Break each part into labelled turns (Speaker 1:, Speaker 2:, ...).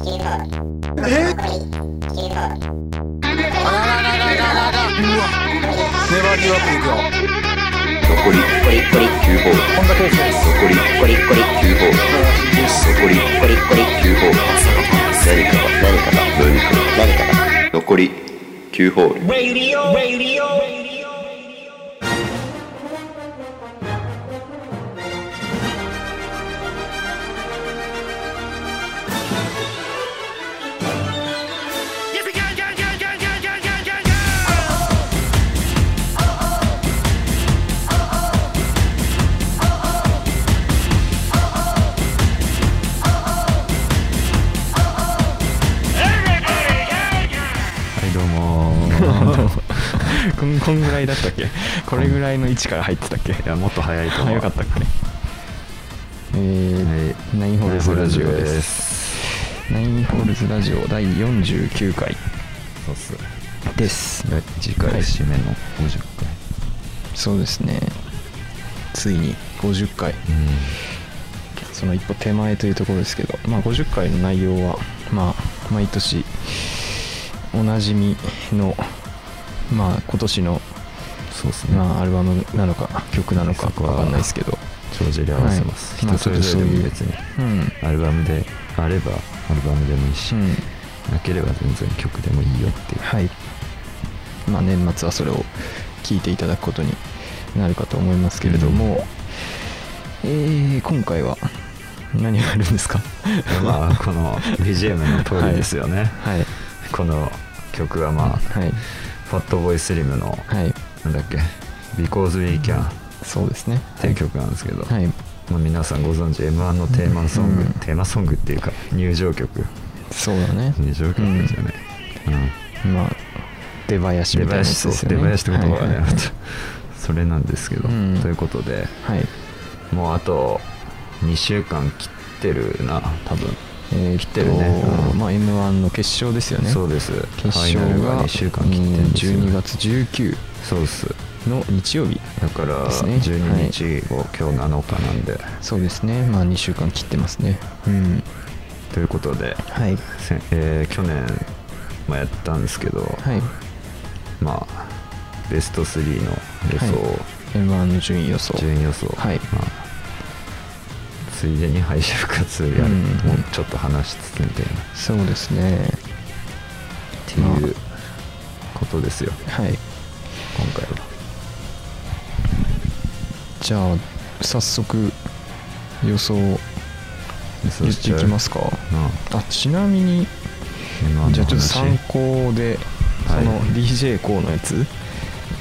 Speaker 1: えあらららららららうわネバーギブアップいくよ
Speaker 2: 残り残り残り9ホール
Speaker 1: こんだけですね
Speaker 2: 残り残り残り9ホール残り残り残り9ホール何かが何かが何かが何かが残り9ホール
Speaker 3: はいどうも こんこんぐらいだったっけこれぐらいの位置から入ってたっけ
Speaker 4: いやもっと早いと思
Speaker 3: あ
Speaker 4: う
Speaker 3: よかったっけえー、ナインホールズラジオですナインホールズラジオ第49回
Speaker 5: そうっす
Speaker 3: です
Speaker 5: 次回
Speaker 3: はい
Speaker 5: 締めの50回、
Speaker 3: そうですねついに50回その一歩手前というところですけど、まあ、50回の内容は、まあ、毎年おなじみの、まあ、今年の、
Speaker 5: そうっすね、
Speaker 3: まあ、アルバムなのか曲なのか
Speaker 5: そこ
Speaker 3: 分
Speaker 5: は
Speaker 3: かんないですけど、
Speaker 5: 帳尻合わせます、
Speaker 3: はい
Speaker 5: 人それぞれ
Speaker 3: まあちょっとそうい
Speaker 5: 別
Speaker 3: う
Speaker 5: に
Speaker 3: うん
Speaker 5: アルバムであればアルバムでもいいし、
Speaker 3: うん
Speaker 5: なければ全然曲でもいいよっていう
Speaker 3: はいまあ、年末はそれを聞いていただくことになるかと思いますけれども、えー今回は何があるんですか
Speaker 5: まあこの BGM の通りですよね、
Speaker 3: はい
Speaker 5: この曲はまあ、
Speaker 3: はい
Speaker 5: ファットボーイスリムの、
Speaker 3: はい
Speaker 5: なんだっけ「Because We Can」っ
Speaker 3: そうですね
Speaker 5: ていう曲なんですけど、
Speaker 3: はい
Speaker 5: まあ、皆さんご存知 m 1のテーマソング、
Speaker 3: うん
Speaker 5: テーマソングっていうか入場曲
Speaker 3: そうだね
Speaker 5: 入場曲ですよね、うん
Speaker 3: まあ出囃子
Speaker 5: 出
Speaker 3: みたいなや
Speaker 5: 囃
Speaker 3: つ
Speaker 5: 子
Speaker 3: で
Speaker 5: ですす
Speaker 3: よ
Speaker 5: 出
Speaker 3: ね
Speaker 5: 囃子って言葉が ね、
Speaker 3: はいはい
Speaker 5: それなんですけど、
Speaker 3: うん
Speaker 5: ということで
Speaker 3: はい
Speaker 5: もうあと2週間切ってるな多分、
Speaker 3: えーっと
Speaker 5: 切ってるねうん
Speaker 3: まあ m 1の決勝ですよね
Speaker 5: そうです
Speaker 3: 決
Speaker 5: ファイ
Speaker 3: 勝
Speaker 5: ナル
Speaker 3: が
Speaker 5: 2週間切ってるんですよ、
Speaker 3: うん12月19
Speaker 5: そうっす
Speaker 3: の日曜日
Speaker 5: だから
Speaker 3: ですね
Speaker 5: 12日を、今日7日なんで
Speaker 3: そうですねまあ2週間切ってますねうん
Speaker 5: ということで、
Speaker 3: はい
Speaker 5: せんえー去年もやったんですけど、
Speaker 3: はい
Speaker 5: まあベスト3の予想、
Speaker 3: は m 1の順位予想
Speaker 5: 順位予想、
Speaker 3: はい
Speaker 5: まあ、ついでに敗者復活やる、
Speaker 3: うん
Speaker 5: もうちょっと話しつつみたいなっ
Speaker 3: そうですね
Speaker 5: ていうことですよ
Speaker 3: はい
Speaker 5: 今回は
Speaker 3: じゃあ早速予想
Speaker 5: 予
Speaker 3: 言
Speaker 5: 想
Speaker 3: っ
Speaker 5: してち
Speaker 3: い
Speaker 5: ゃう
Speaker 3: きますか
Speaker 5: なあ
Speaker 3: あちなみに
Speaker 5: M1
Speaker 3: じゃあちょっと
Speaker 5: の話
Speaker 3: 参考でそ
Speaker 5: はい
Speaker 3: の d j コーのやつ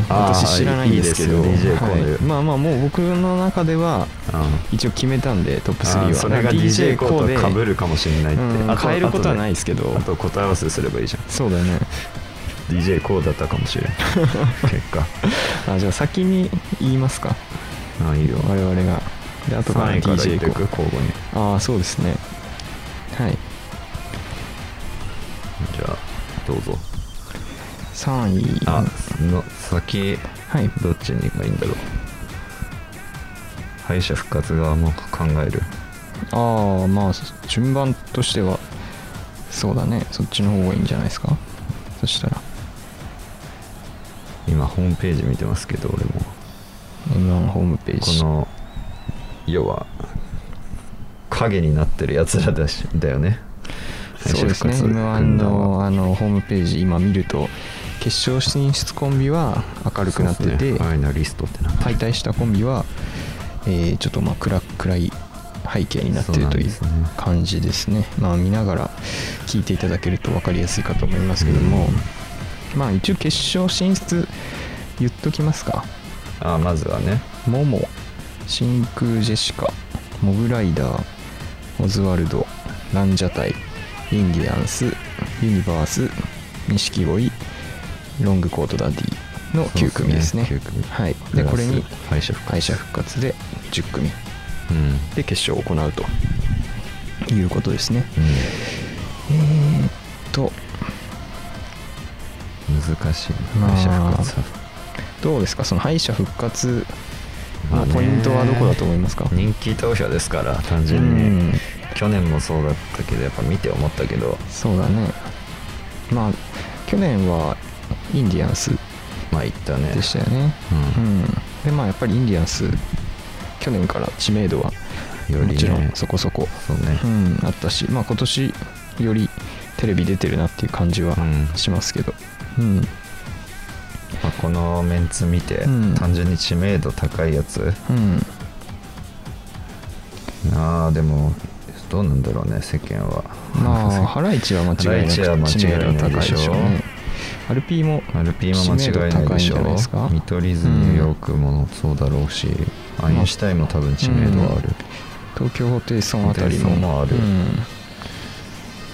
Speaker 5: あー
Speaker 3: 私知らないんですけど
Speaker 5: いいですよ DJ コーの
Speaker 3: はいまあまあもう僕の中では
Speaker 5: うん
Speaker 3: 一応決めたんでトップ
Speaker 5: あ
Speaker 3: 3
Speaker 5: ー
Speaker 3: は
Speaker 5: それが DJ コーとかぶるかもしれないって、
Speaker 3: うん
Speaker 5: あと
Speaker 3: 変えることはない
Speaker 5: あ
Speaker 3: ですけど
Speaker 5: とねあと答え合わせすればいいじゃん
Speaker 3: そうだよね
Speaker 5: DJ こうだったかも しれない結果
Speaker 3: あじゃあ先に言いますか
Speaker 5: あいいよ
Speaker 3: 我々がで後から
Speaker 5: 3位から言
Speaker 3: DJ
Speaker 5: ってい
Speaker 3: コ
Speaker 5: く交互に
Speaker 3: ーああそうですねはい
Speaker 5: じゃあどうぞ
Speaker 3: 3位
Speaker 5: あの先
Speaker 3: はい
Speaker 5: どっちにがいいんだろう敗者復活側も考える
Speaker 3: ああまあ順番としてはそうだねそっちの方がいいんじゃないですかそしたら
Speaker 5: 今ホームページ見てますけど俺も
Speaker 3: M1 ホームペー
Speaker 5: こ
Speaker 3: ジ
Speaker 5: の要は影になってるやつらだしだよね
Speaker 3: そうですね
Speaker 5: 敗者復活
Speaker 3: M1
Speaker 5: 軍団
Speaker 3: の
Speaker 5: は
Speaker 3: あのホームページ今見ると決勝進出コンビは明るくなって
Speaker 5: そう
Speaker 3: て、
Speaker 5: ですねファイナリストってな
Speaker 3: 敗退したコンビは、えーちょっとまあ暗暗い背景になって
Speaker 5: そう
Speaker 3: る
Speaker 5: なん
Speaker 3: とい
Speaker 5: で
Speaker 3: う
Speaker 5: すね
Speaker 3: 感じですねまあ見ながら聞いていただけると分かりやすいかと思いますけども、まあ一応決勝進出言っときますか
Speaker 5: あまずはね
Speaker 3: モモ真空ジェシカモグライダーオズワルドランジャタイインディアンスユニバース錦鯉ロングコートダディの9組ですね
Speaker 5: そうですね9組
Speaker 3: はい
Speaker 5: プ
Speaker 3: で
Speaker 5: ラス
Speaker 3: これに
Speaker 5: 敗者復活
Speaker 3: 敗者復活で10組
Speaker 5: うん、うん
Speaker 3: で決勝を行うということですねと
Speaker 5: 難しいな
Speaker 3: まあ
Speaker 5: 敗者復活は
Speaker 3: どうですかその敗者復活のポイントはどこだと思いますか、
Speaker 5: 人気投票ですから単
Speaker 3: う
Speaker 5: 純に
Speaker 3: ん
Speaker 5: 去年もそうだったけどやっぱ見て思ったけど
Speaker 3: そうだねまあ去年はインディアンス
Speaker 5: まあ行ったね
Speaker 3: でしたよね
Speaker 5: う
Speaker 3: うんんでまあやっぱりインディアンス去年から知名度は
Speaker 5: よりね
Speaker 3: もちろんそこそこ、
Speaker 5: そうね
Speaker 3: うん、あったしまあ今年よりテレビ出てるなっていう感じは
Speaker 5: うん
Speaker 3: しますけどうん、
Speaker 5: まあ、このメンツ見て、
Speaker 3: うん
Speaker 5: 単純に知名度高いやつ
Speaker 3: うん、
Speaker 5: ああでもどうなんだろうね世間は
Speaker 3: ま あハライチは間違いな
Speaker 5: ハライチは間
Speaker 3: く知名
Speaker 5: 違い
Speaker 3: 度
Speaker 5: ない
Speaker 3: 高い
Speaker 5: で
Speaker 3: で
Speaker 5: しょ
Speaker 3: しょうねアルピーも
Speaker 5: RP も間違いないでし
Speaker 3: 知名度高いんじゃないです
Speaker 5: ょ
Speaker 3: か
Speaker 5: 見取り図ニューヨークもそうだろうし、アインシュタインも多分知名度はある、
Speaker 3: 東京ホテイソンあたり
Speaker 5: ホテイソンも
Speaker 3: も
Speaker 5: ある
Speaker 3: うん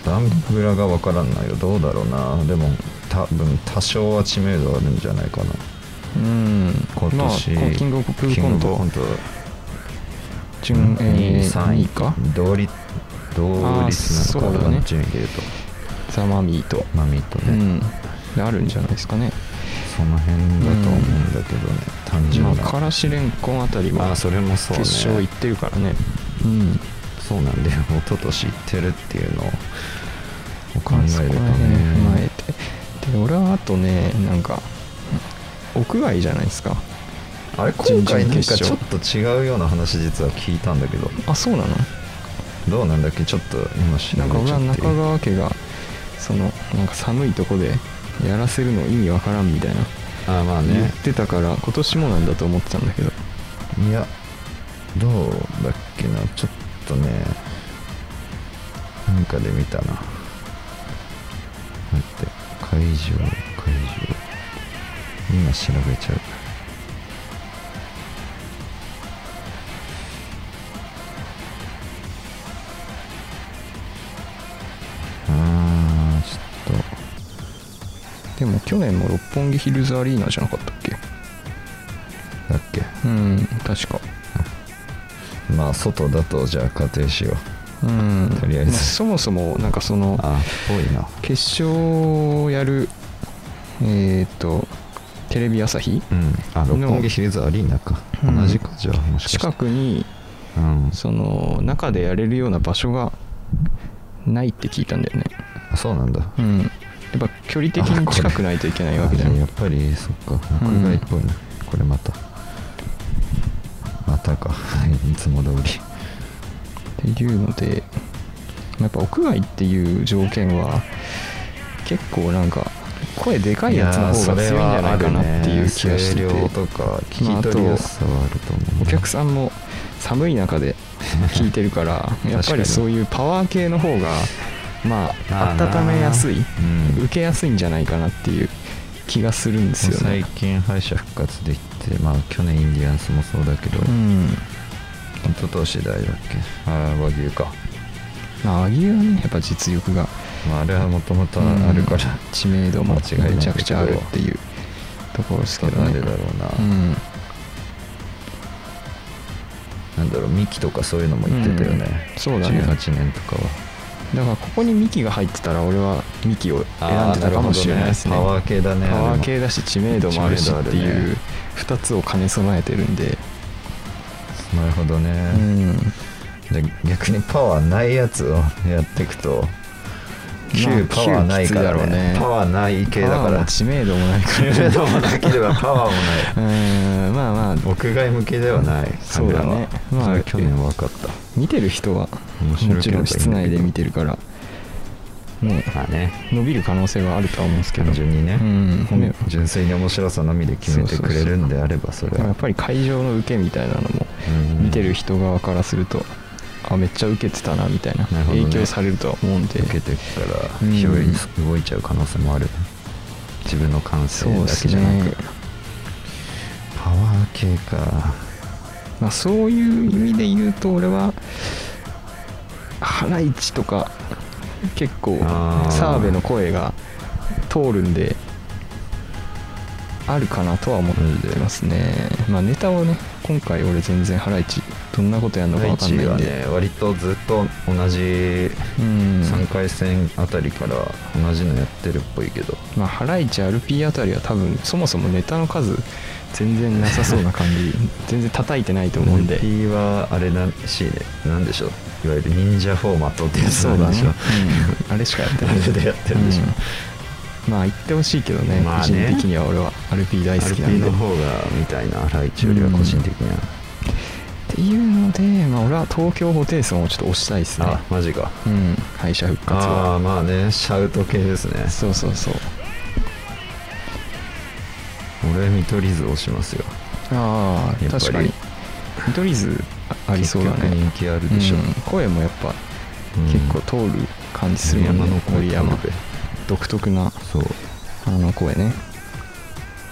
Speaker 5: ダンブラが分からんないよどうだろうなでも多分多少は知名度あるんじゃないかな
Speaker 3: うん
Speaker 5: 今
Speaker 3: まあ
Speaker 5: 年、
Speaker 3: こうキングオブコント準
Speaker 5: 2位
Speaker 3: えー
Speaker 5: 3
Speaker 3: 2
Speaker 5: 位
Speaker 3: 位か
Speaker 5: 同率同率なの
Speaker 3: あーそう
Speaker 5: か
Speaker 3: だね
Speaker 5: な順位で言うと
Speaker 3: ザ・マミーと、
Speaker 5: マミと
Speaker 3: う
Speaker 5: ね、
Speaker 3: ん、であるんじゃないですかね
Speaker 5: その辺だと思うんだけどね、単純
Speaker 3: ま
Speaker 5: な、
Speaker 3: あからしれんこんあたりも
Speaker 5: まあ
Speaker 3: 決
Speaker 5: それもそうね
Speaker 3: 勝行ってるからねうん
Speaker 5: そうなんだよ一昨年行ってるっていうのを考えるとね
Speaker 3: まあそこら辺踏まえてで俺はあとねなんか屋外じゃないですか
Speaker 5: あれ今回なんか
Speaker 3: 準々決
Speaker 5: ちょっ
Speaker 3: 勝
Speaker 5: と違うような話実は聞いたんだけど
Speaker 3: あそうなの
Speaker 5: どうなんだっけちょっと今調べ
Speaker 3: なんか俺
Speaker 5: ちゃ
Speaker 3: は
Speaker 5: って
Speaker 3: 中川家がそのなんか寒いとこでやらせるの意味わからんみたいな
Speaker 5: あまあ
Speaker 3: 言
Speaker 5: ね
Speaker 3: ってたから今年もなんだと思ってたんだけど
Speaker 5: いやどうだっけなちょっとねなんかで見たな待って会場会場今調べちゃうあーちょっと
Speaker 3: でも去年も六本木ヒルズアリーナじゃなかったっけ
Speaker 5: だっけ
Speaker 3: うん確か
Speaker 5: まあ外だとじゃあ仮定しよう
Speaker 3: うん
Speaker 5: とりあえず
Speaker 3: まそもそもなんかその
Speaker 5: あ多いな
Speaker 3: 決勝をやるえーっとテレビ朝日
Speaker 5: うんあ六
Speaker 3: の
Speaker 5: 本木ヒルズアリーナか、
Speaker 3: うん
Speaker 5: 同じかじゃあもしかして
Speaker 3: 近くに
Speaker 5: うん
Speaker 3: その中でやれるような場所がないって聞いたんだよね
Speaker 5: あそうなんだ
Speaker 3: うんやっぱ距離的に近くないといけないわけだよ
Speaker 5: あや
Speaker 3: ね
Speaker 5: っぱりそっか屋外っぽいな、これまたまたか いつも通り
Speaker 3: っていうのでまあやっぱ屋外っていう条件は結構なんか声でかいやつの方が強いんじゃないかなっていう気がして
Speaker 5: いやーそれはあるね声量
Speaker 3: て
Speaker 5: とか聞き取りやすさはあると思う、
Speaker 3: お客さんも寒い中で聞いてるから
Speaker 5: に
Speaker 3: やっぱりそういうパワー系の方がまあ温めやすい
Speaker 5: うん
Speaker 3: 受けやすいんじゃないかなっていう気がするんですよ
Speaker 5: 最
Speaker 3: ね。
Speaker 5: 近敗者復活できてまあ去年インディアンスもそうだけど、
Speaker 3: うん
Speaker 5: 一昨年だよだっけああ和牛か、
Speaker 3: まあ、和牛はねやっぱ実力が
Speaker 5: まあ、あれはもともとあるから、
Speaker 3: うん知名度もめちゃくちゃあるっていうところですけど
Speaker 5: なん
Speaker 3: ね
Speaker 5: でだろうな、
Speaker 3: うん
Speaker 5: なんだろうミキとかそういうのも言ってたよね、
Speaker 3: うんそうだね
Speaker 5: 18年とかは
Speaker 3: だからここにミキが入ってたら俺はミキを選んでたかもしれないですね
Speaker 5: あーなるほどパワー系だね
Speaker 3: パワ
Speaker 5: あ
Speaker 3: ー系
Speaker 5: れも
Speaker 3: だし知名度もあるしって
Speaker 5: 知名度ある
Speaker 3: い
Speaker 5: ね
Speaker 3: う2つを兼ね備えてるんで
Speaker 5: なるほど
Speaker 3: う
Speaker 5: ね、
Speaker 3: ん
Speaker 5: じゃあ逆にパワーないやつをやっていくと9パワーないから
Speaker 3: 9きついだろう
Speaker 5: ね
Speaker 3: ね
Speaker 5: パワーない系だか
Speaker 3: パワー
Speaker 5: ら
Speaker 3: も知名度もないか
Speaker 5: 知
Speaker 3: ら
Speaker 5: 名度もなければパ ワーもない
Speaker 3: うんまあまあ
Speaker 5: 屋外向けではない
Speaker 3: そうだね
Speaker 5: 彼らは
Speaker 3: まあ
Speaker 5: それ去年分かった
Speaker 3: 見てる人は
Speaker 5: 面白い
Speaker 3: も
Speaker 5: け
Speaker 3: ち
Speaker 5: ど
Speaker 3: ろん室内で見てるからね
Speaker 5: まあね
Speaker 3: 伸びる可能性はあるとは思うんですけど
Speaker 5: 単純にね、
Speaker 3: うん
Speaker 5: ほん純粋に面白さのみで決めてくれるんであればそれ
Speaker 3: でもや
Speaker 5: は
Speaker 3: っぱり会場の受けみたいなのも
Speaker 5: うん
Speaker 3: 見てる人側からするとあめっちゃ受けてたなみたいな
Speaker 5: なるほどね
Speaker 3: 影響されるとは思うんで
Speaker 5: 受けてから
Speaker 3: うん
Speaker 5: ひょいに動いちゃう可能性もある、自分の感性
Speaker 3: そうで
Speaker 5: だけ
Speaker 3: す
Speaker 5: じゃなく、
Speaker 3: ね
Speaker 5: パワー系か
Speaker 3: まあそういう意味で言うと俺はハライチとか結構
Speaker 5: あー
Speaker 3: 澤部の声が通るんであるかなとは思ってますねまあネタをね今回俺全然ハライチどんなことやるのか
Speaker 5: 第
Speaker 3: 分かん
Speaker 5: 一
Speaker 3: ないん
Speaker 5: が
Speaker 3: で、
Speaker 5: ね割とずっと同じ
Speaker 3: うん
Speaker 5: 3回戦あたりから同じのやってるっぽいけど、
Speaker 3: まあハライチ RP あたりは多分そもそもネタの数全然なさそうな感じ全然叩いてないと思うんで
Speaker 5: NP はあれらしいねなんでしょういわゆる忍者フォーマットってやつ
Speaker 3: そう
Speaker 5: な
Speaker 3: だ
Speaker 5: んで
Speaker 3: ね
Speaker 5: しょ、
Speaker 3: うんあれしかやって
Speaker 5: あ
Speaker 3: ない
Speaker 5: れでやってるんでしょ、
Speaker 3: うんまあ言ってほしいけどね,、
Speaker 5: まあね
Speaker 3: 個人的には俺は RP 大好きなん
Speaker 5: RP
Speaker 3: で
Speaker 5: の
Speaker 3: っ
Speaker 5: 方がみたいなライチよりは個人的には、
Speaker 3: ていうので、まあ、俺は東京ホテイソンをちょっと推したいですね
Speaker 5: あマジか
Speaker 3: うん敗者復活は
Speaker 5: ああまあねシャウト系ですね
Speaker 3: そうそうそう
Speaker 5: 俺見取り図をしますよ
Speaker 3: ああ
Speaker 5: やっぱり
Speaker 3: 確かに見取り図あありそうだ
Speaker 5: 結局
Speaker 3: ね
Speaker 5: 人気あるでしょ、
Speaker 3: うん声もやっぱ
Speaker 5: うん
Speaker 3: 結構通る感じするもんね、
Speaker 5: 山の声
Speaker 3: 森山
Speaker 5: 通るべ
Speaker 3: 独特な
Speaker 5: そう
Speaker 3: あの声ね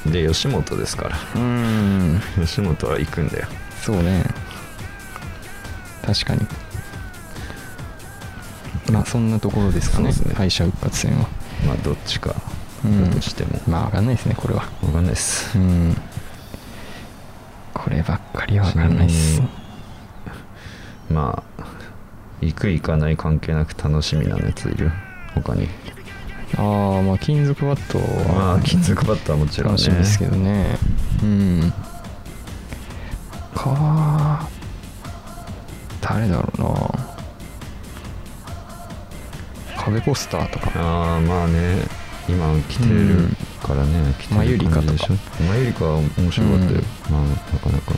Speaker 5: で吉本ですから
Speaker 3: うん
Speaker 5: 吉本は行くんだよ
Speaker 3: そうね確かにまあそんなところですかね
Speaker 5: そうですね
Speaker 3: 敗者復活戦は
Speaker 5: まあどっちか
Speaker 3: うん
Speaker 5: だとしても、
Speaker 3: まあ分かんないですねこれは
Speaker 5: わかんないっす
Speaker 3: うんこればっかりは分かんないっ
Speaker 5: ち
Speaker 3: す
Speaker 5: なみにまあ行く行かない関係なく楽しみなやついる他に
Speaker 3: ああまあ金属バット
Speaker 5: ま
Speaker 3: は
Speaker 5: あ金属バッターもちろんね
Speaker 3: 楽しみですけどねうんか誰だろうな壁ポスターとか
Speaker 5: ああまあね今来てるからね、来てる
Speaker 3: マユリカとか
Speaker 5: 感じでしょマユリカは面白かったよ、まあなかなか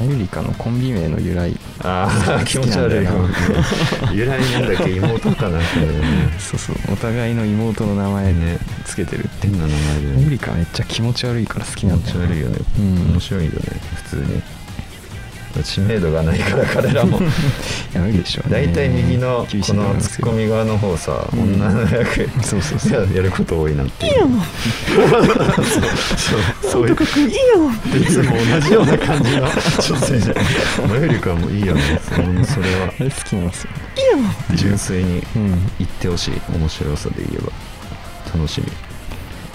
Speaker 3: マユリカのコンビ名の由来
Speaker 5: ああ気持ち悪いかも
Speaker 3: 好
Speaker 5: 由来なんだっけ妹かなんかだよね
Speaker 3: そうそうお互いの妹の名前
Speaker 5: ね
Speaker 3: つけてるって、
Speaker 5: 変な名前だよ
Speaker 3: マユ
Speaker 5: ね
Speaker 3: リカめっちゃ気持ち悪いから好き
Speaker 5: 気
Speaker 3: な
Speaker 5: 持
Speaker 3: んだ
Speaker 5: ち
Speaker 3: よ、ね、
Speaker 5: 悪いよね、
Speaker 3: うん
Speaker 5: 面白いよね普通に知名度がないから彼ら も
Speaker 3: やめるでしょうね
Speaker 5: 大体右のこ
Speaker 3: 厳しいと思い
Speaker 5: の
Speaker 3: ま
Speaker 5: ツ
Speaker 3: す
Speaker 5: ッ
Speaker 3: けど
Speaker 5: コミ側の方さ、
Speaker 3: うん
Speaker 5: 女の役
Speaker 3: そうそうそう
Speaker 5: やること多いなっていうそうそうそういういつも同じような感じの女性じゃん前よりかはもういいよねそのそれは
Speaker 3: あれ好きなんですよ
Speaker 5: 純粋に
Speaker 3: うん、
Speaker 5: 言ってほしい面白さで言えば楽しみ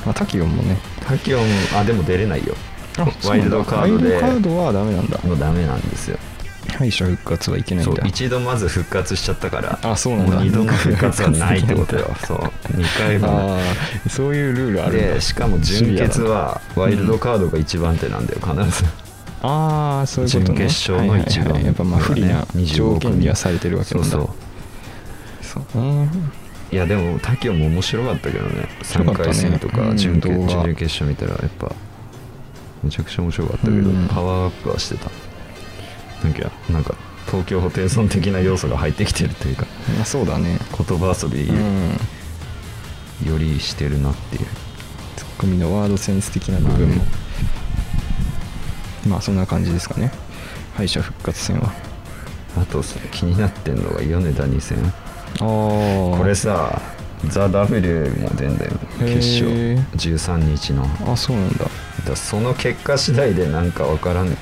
Speaker 3: まあ、タキオンもね
Speaker 5: タキオンあでも出れないよワイルドカード
Speaker 3: ワイルド
Speaker 5: で
Speaker 3: カードはダメなんだ
Speaker 5: もうダメなんですよ
Speaker 3: 敗者復活はいけない
Speaker 5: そ
Speaker 3: ん
Speaker 5: う
Speaker 3: だ
Speaker 5: 一度まず復活しちゃったから
Speaker 3: あそうなんだ
Speaker 5: も二度の復活はないってことよそう2回目
Speaker 3: ああそういうルールあるんだ
Speaker 5: でしかも純潔はワイルドカードが一番手なんだよ必ず、
Speaker 3: ああそういうことね
Speaker 5: 準決勝の一番、
Speaker 3: はいはいはいやっぱまあ不利な条件にはされてるわけな
Speaker 5: なんん
Speaker 3: だ
Speaker 5: だそうそう
Speaker 3: そううん
Speaker 5: いやでもタキオも面白かったけどね
Speaker 3: 白か
Speaker 5: 3
Speaker 3: ったね
Speaker 5: 回戦と
Speaker 3: う
Speaker 5: か
Speaker 3: ん
Speaker 5: 準決,、
Speaker 3: 動画
Speaker 5: 準決勝見たらやっぱめちゃくちゃ面白かったけど、
Speaker 3: うん
Speaker 5: パワーアップはしてたなんかなんか東京ホテイソン的な要素が入ってきてるというか
Speaker 3: まあそうだね
Speaker 5: 言葉遊び
Speaker 3: うん
Speaker 5: よりしてるなっていう、
Speaker 3: ツッコミのワードセンス的な部分もまあそんな感じですかね敗者復活戦は
Speaker 5: あとさ気になってんのが米田2戦
Speaker 3: ああ
Speaker 5: これさザ・ W も出んだよ
Speaker 3: へー
Speaker 5: 決勝13日の
Speaker 3: あそうなんだ
Speaker 5: だその結果次第でなんか分からんないか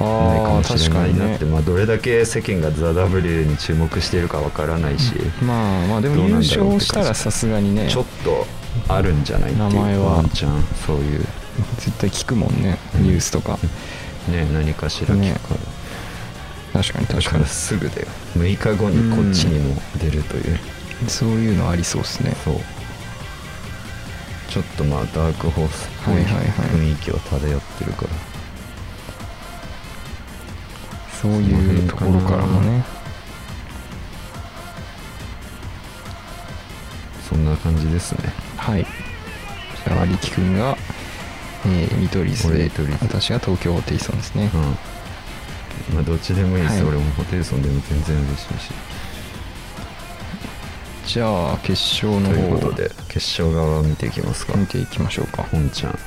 Speaker 3: あ
Speaker 5: も
Speaker 3: あ
Speaker 5: しれ
Speaker 3: 確か
Speaker 5: ない
Speaker 3: に
Speaker 5: な
Speaker 3: ね
Speaker 5: って、まあ、どれだけ世間がザ・ W に注目してるか分からないし、
Speaker 3: まあまあでも
Speaker 5: どうなん
Speaker 3: 優
Speaker 5: だろうって
Speaker 3: 勝したらさすがにね
Speaker 5: ちょっとあるんじゃないっていう
Speaker 3: 名前は
Speaker 5: ワンチャンそういう
Speaker 3: 絶対聞くもんね
Speaker 5: うん
Speaker 3: ニュースとか
Speaker 5: ね何かしら聞くから、
Speaker 3: 確かに
Speaker 5: だ
Speaker 3: 確
Speaker 5: か
Speaker 3: から
Speaker 5: すぐだよ6日後にこっちにも出るという、
Speaker 3: にそういうのありそうですね
Speaker 5: そうちょっとまあダークホースっぽ
Speaker 3: はいいはいはい
Speaker 5: 雰囲気を漂ってるから、
Speaker 3: そういうところからもね
Speaker 5: そんな感じですね
Speaker 3: はいじゃあ力くんが、えー、見取り図
Speaker 5: 俺
Speaker 3: で
Speaker 5: 見取り図
Speaker 3: 私が東京ホテイソンですね、
Speaker 5: うんまあどっちでもいいです、
Speaker 3: はい
Speaker 5: 俺もホテイソンでも全然嬉しいし
Speaker 3: じゃあ決勝の
Speaker 5: という
Speaker 3: 方
Speaker 5: ことで決勝側を見ていきますか、
Speaker 3: 見ていきましょうか
Speaker 5: 本ちゃん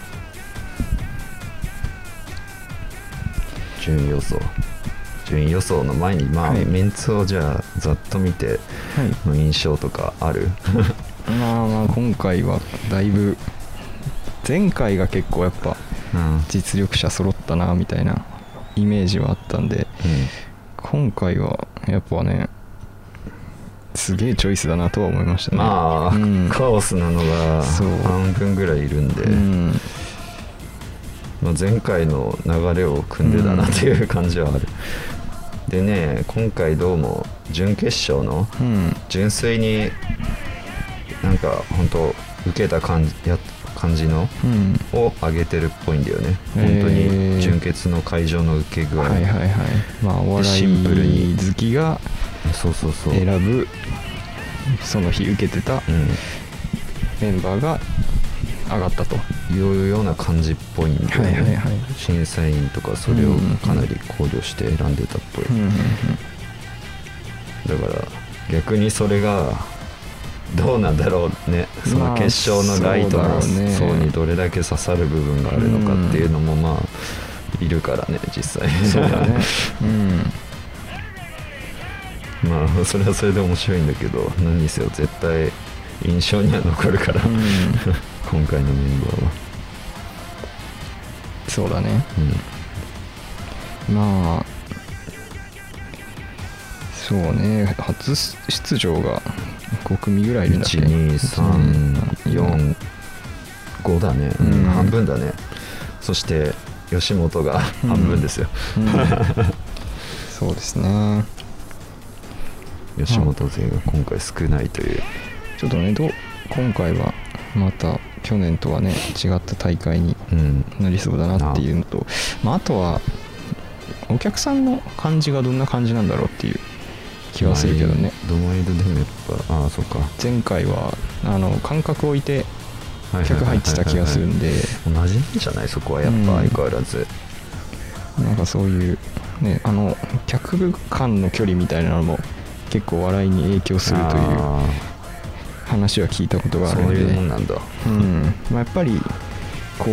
Speaker 5: 順位予想順位予想の前にまあ、
Speaker 3: はい
Speaker 5: メンツをじゃあざっと見て
Speaker 3: はい
Speaker 5: の印象とかある
Speaker 3: まあまあ今回はだいぶ前回が結構やっぱ
Speaker 5: うん、うん、
Speaker 3: 実力者揃ったなみたいなイメージはあったんで今回はやっぱねすげえチョイスだなとは思いましたね
Speaker 5: まあ、
Speaker 3: うん
Speaker 5: カオスなのが
Speaker 3: そう
Speaker 5: 半分ぐらいいるんで、
Speaker 3: うん
Speaker 5: まあ、前回の流れを組んでたなっていう感じはある、でね今回どうも準決勝の
Speaker 3: うん
Speaker 5: 純粋になんか本当受けた感じや感じの
Speaker 3: うん
Speaker 5: を上げてるっぽいんだよね
Speaker 3: へ
Speaker 5: 本
Speaker 3: ー
Speaker 5: 当に純潔の会場の受け具合、
Speaker 3: はいはいはいまあお笑
Speaker 5: シンプル
Speaker 3: い
Speaker 5: に
Speaker 3: 好きが
Speaker 5: そうそうそう、
Speaker 3: 選ぶその日受けてた
Speaker 5: う
Speaker 3: メンバーが上がった と
Speaker 5: ん、いうような感じっぽいんだよね、
Speaker 3: はいはいはい
Speaker 5: 審査員とかそれをかなり考慮して選んでたっぽい、
Speaker 3: うんうん
Speaker 5: だから逆にそれがどうなんだろうねその決勝のライト
Speaker 3: まあ
Speaker 5: の
Speaker 3: そうだろうね
Speaker 5: 層にどれだけ刺さる部分があるのかっていうのもまあいるからね実際
Speaker 3: そうだねうん
Speaker 5: まあそれはそれで面白いんだけど何にせよ絶対印象には残るから、
Speaker 3: うん
Speaker 5: 今回のメンバーは、
Speaker 3: そうだね
Speaker 5: うん、
Speaker 3: まあそうね初出場が5組ぐらいいるんだっけ
Speaker 5: 12345だね、うん
Speaker 3: うん
Speaker 5: 半分だねそして吉本が半分ですよ、
Speaker 3: うんそうですね
Speaker 5: 吉本勢が今回少ないという
Speaker 3: ちょっとねどう今回はまた去年とはね違った大会に
Speaker 5: うん
Speaker 3: なりそうだなっていうのとまあ、あとはお客さんの感じがどんな感じなんだろうっていう気はするけどね
Speaker 5: ドマイドでもやっぱああそうか
Speaker 3: 前回はあの間隔を置いて
Speaker 5: はいはいはいはいはい
Speaker 3: 客入ってた気がするんで
Speaker 5: 同じなんじゃないそこはやっ
Speaker 3: うん
Speaker 5: ぱ相変わらず、
Speaker 3: なんかそういう、ね、あの客間の距離みたいなのも結構笑いに影響するという
Speaker 5: あ
Speaker 3: 話は聞いたこと
Speaker 5: ー
Speaker 3: があ
Speaker 5: そ
Speaker 3: るん
Speaker 5: う
Speaker 3: で
Speaker 5: いうもんなんだ
Speaker 3: うんまあ、やっぱりこ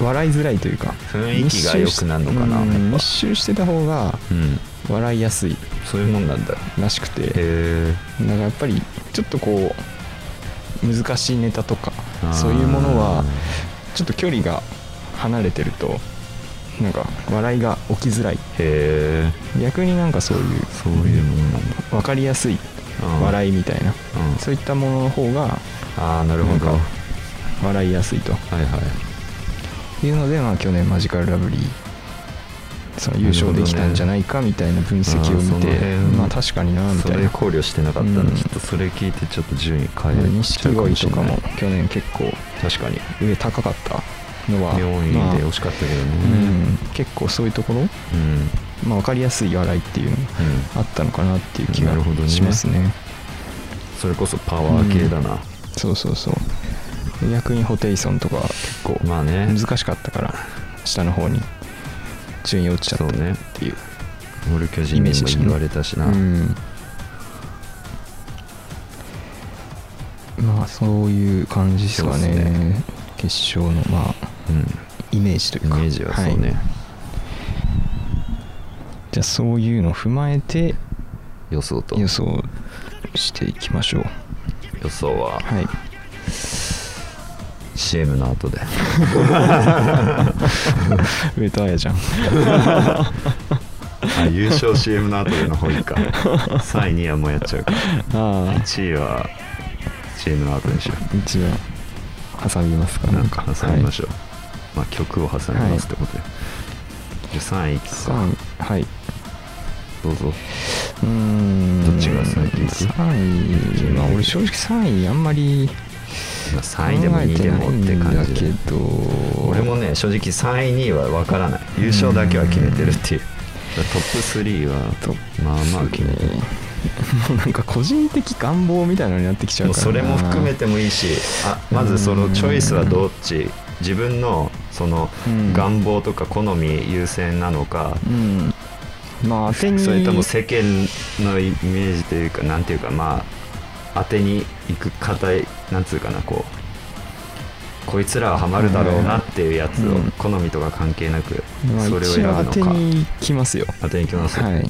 Speaker 3: う笑いづらいというか
Speaker 5: 雰囲気が良くなるのかな
Speaker 3: 密集し
Speaker 5: やっぱ
Speaker 3: うん密集してた方が
Speaker 5: うん
Speaker 3: 笑いやすい
Speaker 5: そういうもんなんだへ
Speaker 3: らしくて
Speaker 5: え
Speaker 3: だからやっぱりちょっとこう難しいネタとかそういうものはちょっと距離が離れてるとなんか笑いが起きづらい
Speaker 5: へえ
Speaker 3: 逆になんかそういう
Speaker 5: そういうもんなんだ
Speaker 3: 分かりやすい
Speaker 5: い、
Speaker 3: 笑いみたいな
Speaker 5: うん
Speaker 3: そういったものの方が
Speaker 5: ああなるほど
Speaker 3: なん
Speaker 5: は
Speaker 3: か笑いやすいと
Speaker 5: いはい
Speaker 3: いうので、まあ、去年マジカルラブリーその優勝できたんじゃないかみたいな分析を見て、
Speaker 5: なるほどねあーその辺
Speaker 3: まあ確かになみ
Speaker 5: そ
Speaker 3: たい
Speaker 5: れ
Speaker 3: な
Speaker 5: 考慮してなかった
Speaker 3: う
Speaker 5: の
Speaker 3: ん
Speaker 5: ちょっとそれ聞いてちょっと順位変えちゃ
Speaker 3: 錦
Speaker 5: うか
Speaker 3: 鯉
Speaker 5: もし
Speaker 3: と
Speaker 5: れ
Speaker 3: か
Speaker 5: な
Speaker 3: も
Speaker 5: い
Speaker 3: 去年結構
Speaker 5: 確かに
Speaker 3: 上高かったのは、ま
Speaker 5: 4
Speaker 3: あ
Speaker 5: 位で惜しかったけど
Speaker 3: う
Speaker 5: ね
Speaker 3: ん、結構そういうところ、
Speaker 5: うんうん
Speaker 3: まあ、分かりやすい笑いっていうのがあったのかなっていう気が
Speaker 5: なるほどね
Speaker 3: しますね
Speaker 5: それこそパワー系だな
Speaker 3: そうそうそう逆にホテイソンとかは結構
Speaker 5: まあね
Speaker 3: 難しかったから下の方に順位落ちちゃった
Speaker 5: そう
Speaker 3: っ
Speaker 5: ね
Speaker 3: ていう
Speaker 5: 俺巨人にも言われたしな
Speaker 3: うんまあそういう感じですか
Speaker 5: そう
Speaker 3: ね
Speaker 5: っすね
Speaker 3: 決勝のまあ
Speaker 5: うん
Speaker 3: イメージとい
Speaker 5: イ
Speaker 3: う
Speaker 5: メ
Speaker 3: か
Speaker 5: ージはそう
Speaker 3: はい
Speaker 5: ね
Speaker 3: じゃあそういうのを踏まえて
Speaker 5: 予想と
Speaker 3: 予想していきましょう
Speaker 5: 予想は
Speaker 3: はい
Speaker 5: CM の後で
Speaker 3: 上戸彩 じゃん
Speaker 5: あ優勝 CM の後での方いいか3位2位はもうやっちゃうか
Speaker 3: ああ
Speaker 5: 1位は CM の後にしよ
Speaker 3: 一応挟みますか
Speaker 5: うなんか挟みまし
Speaker 3: ょ
Speaker 5: ょう、まあ曲を挟みますってことで、じゃあ3位いく
Speaker 3: は
Speaker 5: か
Speaker 3: い3位はい
Speaker 5: どうぞ
Speaker 3: うーん
Speaker 5: どっちが先行く
Speaker 3: 3位まあ俺正直3位あんまり
Speaker 5: まあ3位でも2位でもって感じ
Speaker 3: 考えてない
Speaker 5: で
Speaker 3: んだけど
Speaker 5: 俺もね正直3位2位は分からない優勝だけは決めてるっていうだからトップ3は
Speaker 3: トッ
Speaker 5: まあまあ決めてる
Speaker 3: もうなんか個人的願望みたいなのになってきちゃ
Speaker 5: も
Speaker 3: う
Speaker 5: う
Speaker 3: から
Speaker 5: それも含め
Speaker 3: て
Speaker 5: てもいいしあまずそのチョイスはどっち自分のその
Speaker 3: うん
Speaker 5: 願望とか好み優先なのか、
Speaker 3: うんまあ当てに
Speaker 5: それとも世間のイメージというかなんていうかまあ当てに行く硬いなんつうかなこうこいつらはハマるだろうなっていうやつを
Speaker 3: うん
Speaker 5: 好みとか関係なく
Speaker 3: まあ
Speaker 5: それを選
Speaker 3: 一
Speaker 5: ぶ
Speaker 3: 応
Speaker 5: の
Speaker 3: 当て
Speaker 5: か
Speaker 3: にきますよ
Speaker 5: 当てに行きます
Speaker 3: はい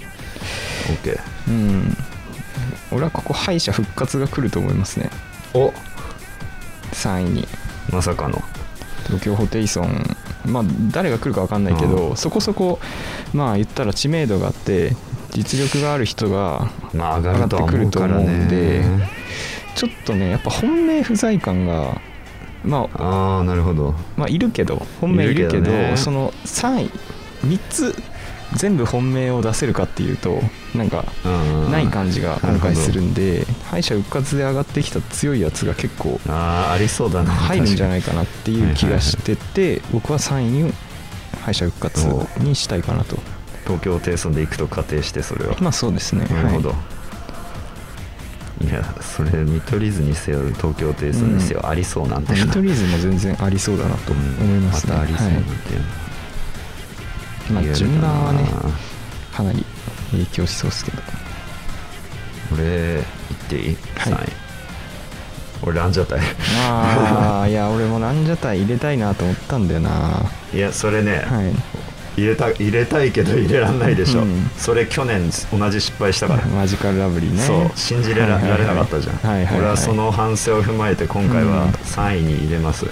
Speaker 5: OK
Speaker 3: うん俺はここ敗者復活が来ると思いますね
Speaker 5: お
Speaker 3: 3位に
Speaker 5: まさかの
Speaker 3: 東京ホテイソンまあ誰が来るか分かんないけど、そこそこまあ言ったら知名度があって実力がある人が
Speaker 5: まあ上がるとは
Speaker 3: 上がってく
Speaker 5: 思
Speaker 3: る
Speaker 5: う
Speaker 3: と
Speaker 5: か
Speaker 3: 思
Speaker 5: ら
Speaker 3: うんで
Speaker 5: ね
Speaker 3: ちょっとねやっぱ本命不在感がまあ
Speaker 5: ああなるほど
Speaker 3: まあいるけど本命いるけど
Speaker 5: いるけどね
Speaker 3: その3位3つ全部本命を出せるかっていうとなんか
Speaker 5: うんうん
Speaker 3: ない感じが今回するんで敗者復活で上がってきた強いやつが結構
Speaker 5: あーありそうだな
Speaker 3: 入るんじゃないいかなっていう気がしてて僕は3位を敗者復活にしたいかなと
Speaker 5: 東京低村で行くと仮定してそれは
Speaker 3: まあそうですね
Speaker 5: なるほど、、
Speaker 3: はい
Speaker 5: やそれ見取り図にせよ東京低村にせよ、
Speaker 3: うん
Speaker 5: ありそうなんだ
Speaker 3: い
Speaker 5: よ
Speaker 3: 見
Speaker 5: な
Speaker 3: 取り図も全然ありそうだなと思いますね、
Speaker 5: うんまたありそうなんだよ
Speaker 3: はい
Speaker 5: な、
Speaker 3: まあ
Speaker 5: リアルだな
Speaker 3: 順番はねかなり影響しそうですけど
Speaker 5: 俺行っていい、
Speaker 3: はい
Speaker 5: 3位俺ランジャタイ
Speaker 3: ああいや俺もランジャタイ入れたいなと思ったんだよない
Speaker 5: やそれね、
Speaker 3: はい
Speaker 5: 入れた入れたいけど入れらんないでしょ、
Speaker 3: うん
Speaker 5: それ去年同じ失敗したから、
Speaker 3: マジカルラブリーね
Speaker 5: そう信じれら,、
Speaker 3: はいはいはい
Speaker 5: れなかったじゃん、
Speaker 3: はいはいはい
Speaker 5: 俺はその反省を踏まえて今回
Speaker 3: う
Speaker 5: は
Speaker 3: ん
Speaker 5: 3位に入れます、
Speaker 3: わ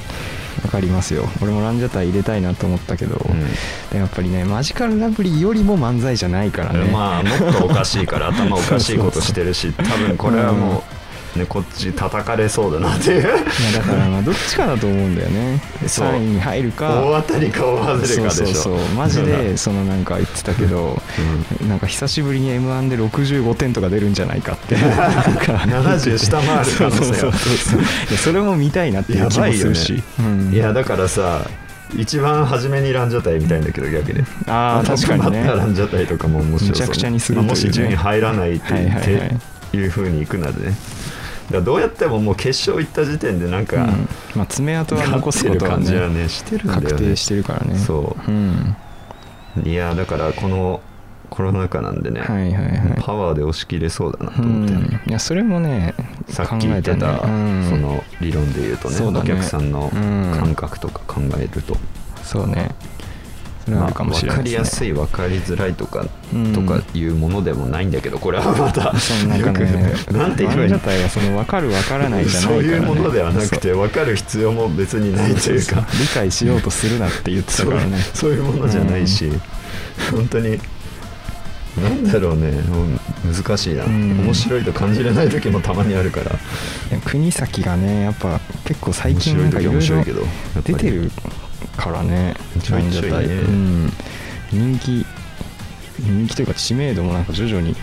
Speaker 3: かりますよ俺もランジャタイ入れたいなと思ったけど、
Speaker 5: うん
Speaker 3: でやっぱりねマジカルラブリーよりも漫才じゃないからね
Speaker 5: まあもっとおかしいから頭おかしいことしてるし多分これはもう、ね、こっち叩かれそうだなっていう
Speaker 3: いやだからまあどっちかだと思うんだよね
Speaker 5: そう
Speaker 3: 3位に入るか
Speaker 5: 大当たりか大外れかでしょ
Speaker 3: そうそうそうマジでそのなんか言ってたけど、なんか久しぶりに m 1で65点とか出るんじゃないかってなんか
Speaker 5: 70下回る可能性
Speaker 3: そうそうそうそういやそれも見たいなっていう
Speaker 5: や
Speaker 3: 気
Speaker 5: ば
Speaker 3: も
Speaker 5: い
Speaker 3: す
Speaker 5: よ
Speaker 3: る
Speaker 5: ね
Speaker 3: し、うん
Speaker 5: いやだからさ一番初めにランジャタイみたいんだけど逆に
Speaker 3: あー確かにね
Speaker 5: ランジャタイとかも面白そう
Speaker 3: めちゃくちゃにするという
Speaker 5: ま
Speaker 3: ね
Speaker 5: あもし順位入らないって
Speaker 3: はい
Speaker 5: 言っ
Speaker 3: はいはい
Speaker 5: ていうふうにいくならねだからどうやってももう決勝行った時点でなん
Speaker 3: う
Speaker 5: か、
Speaker 3: んまあ、爪痕は残すことは
Speaker 5: 勝ってる感じは
Speaker 3: ね
Speaker 5: ねしてるんだよね
Speaker 3: 確定してるからね
Speaker 5: そ
Speaker 3: うん、
Speaker 5: ういやだからこのコロナ禍なんでね、
Speaker 3: はいはいはい
Speaker 5: パワーで押し切れそうだなと
Speaker 3: う
Speaker 5: 思ってね、
Speaker 3: ん、いやそれもね
Speaker 5: さっき言ってた
Speaker 3: 考えね
Speaker 5: その理論で言うとね
Speaker 3: そうだ
Speaker 5: お
Speaker 3: ね
Speaker 5: 客さんの
Speaker 3: うん
Speaker 5: 感覚とか考えると、
Speaker 3: そうねそれはあるかもしれない
Speaker 5: 分かりやす
Speaker 3: い
Speaker 5: い分かりづらいとか、
Speaker 3: うん
Speaker 5: とかいうものでもないんだけどこれはまた
Speaker 3: そうなんか
Speaker 5: よく
Speaker 3: ね
Speaker 5: なんて言えばいいの
Speaker 3: ランジャタイはその分かる分からないじゃない
Speaker 5: そ
Speaker 3: か
Speaker 5: う
Speaker 3: ら、ね、
Speaker 5: いうものではなくて分かる必要も別にないというか
Speaker 3: 理解しようとするなって言ってた
Speaker 5: そう
Speaker 3: からね
Speaker 5: そういうものじゃないし、本当になんだろうねもう難しいな、
Speaker 3: うん
Speaker 5: 面白いと感じれない時もたまにあるから
Speaker 3: いや国崎がねやっぱ結構最
Speaker 5: 面
Speaker 3: 近
Speaker 5: 白
Speaker 3: ないんかい
Speaker 5: 時
Speaker 3: ろ
Speaker 5: 面
Speaker 3: い
Speaker 5: 白
Speaker 3: ろ
Speaker 5: いけどやっぱり
Speaker 3: 出てるからね
Speaker 5: ちょいちょいね
Speaker 3: ランジャタイうん、人気人気というか知名度もなんか徐々に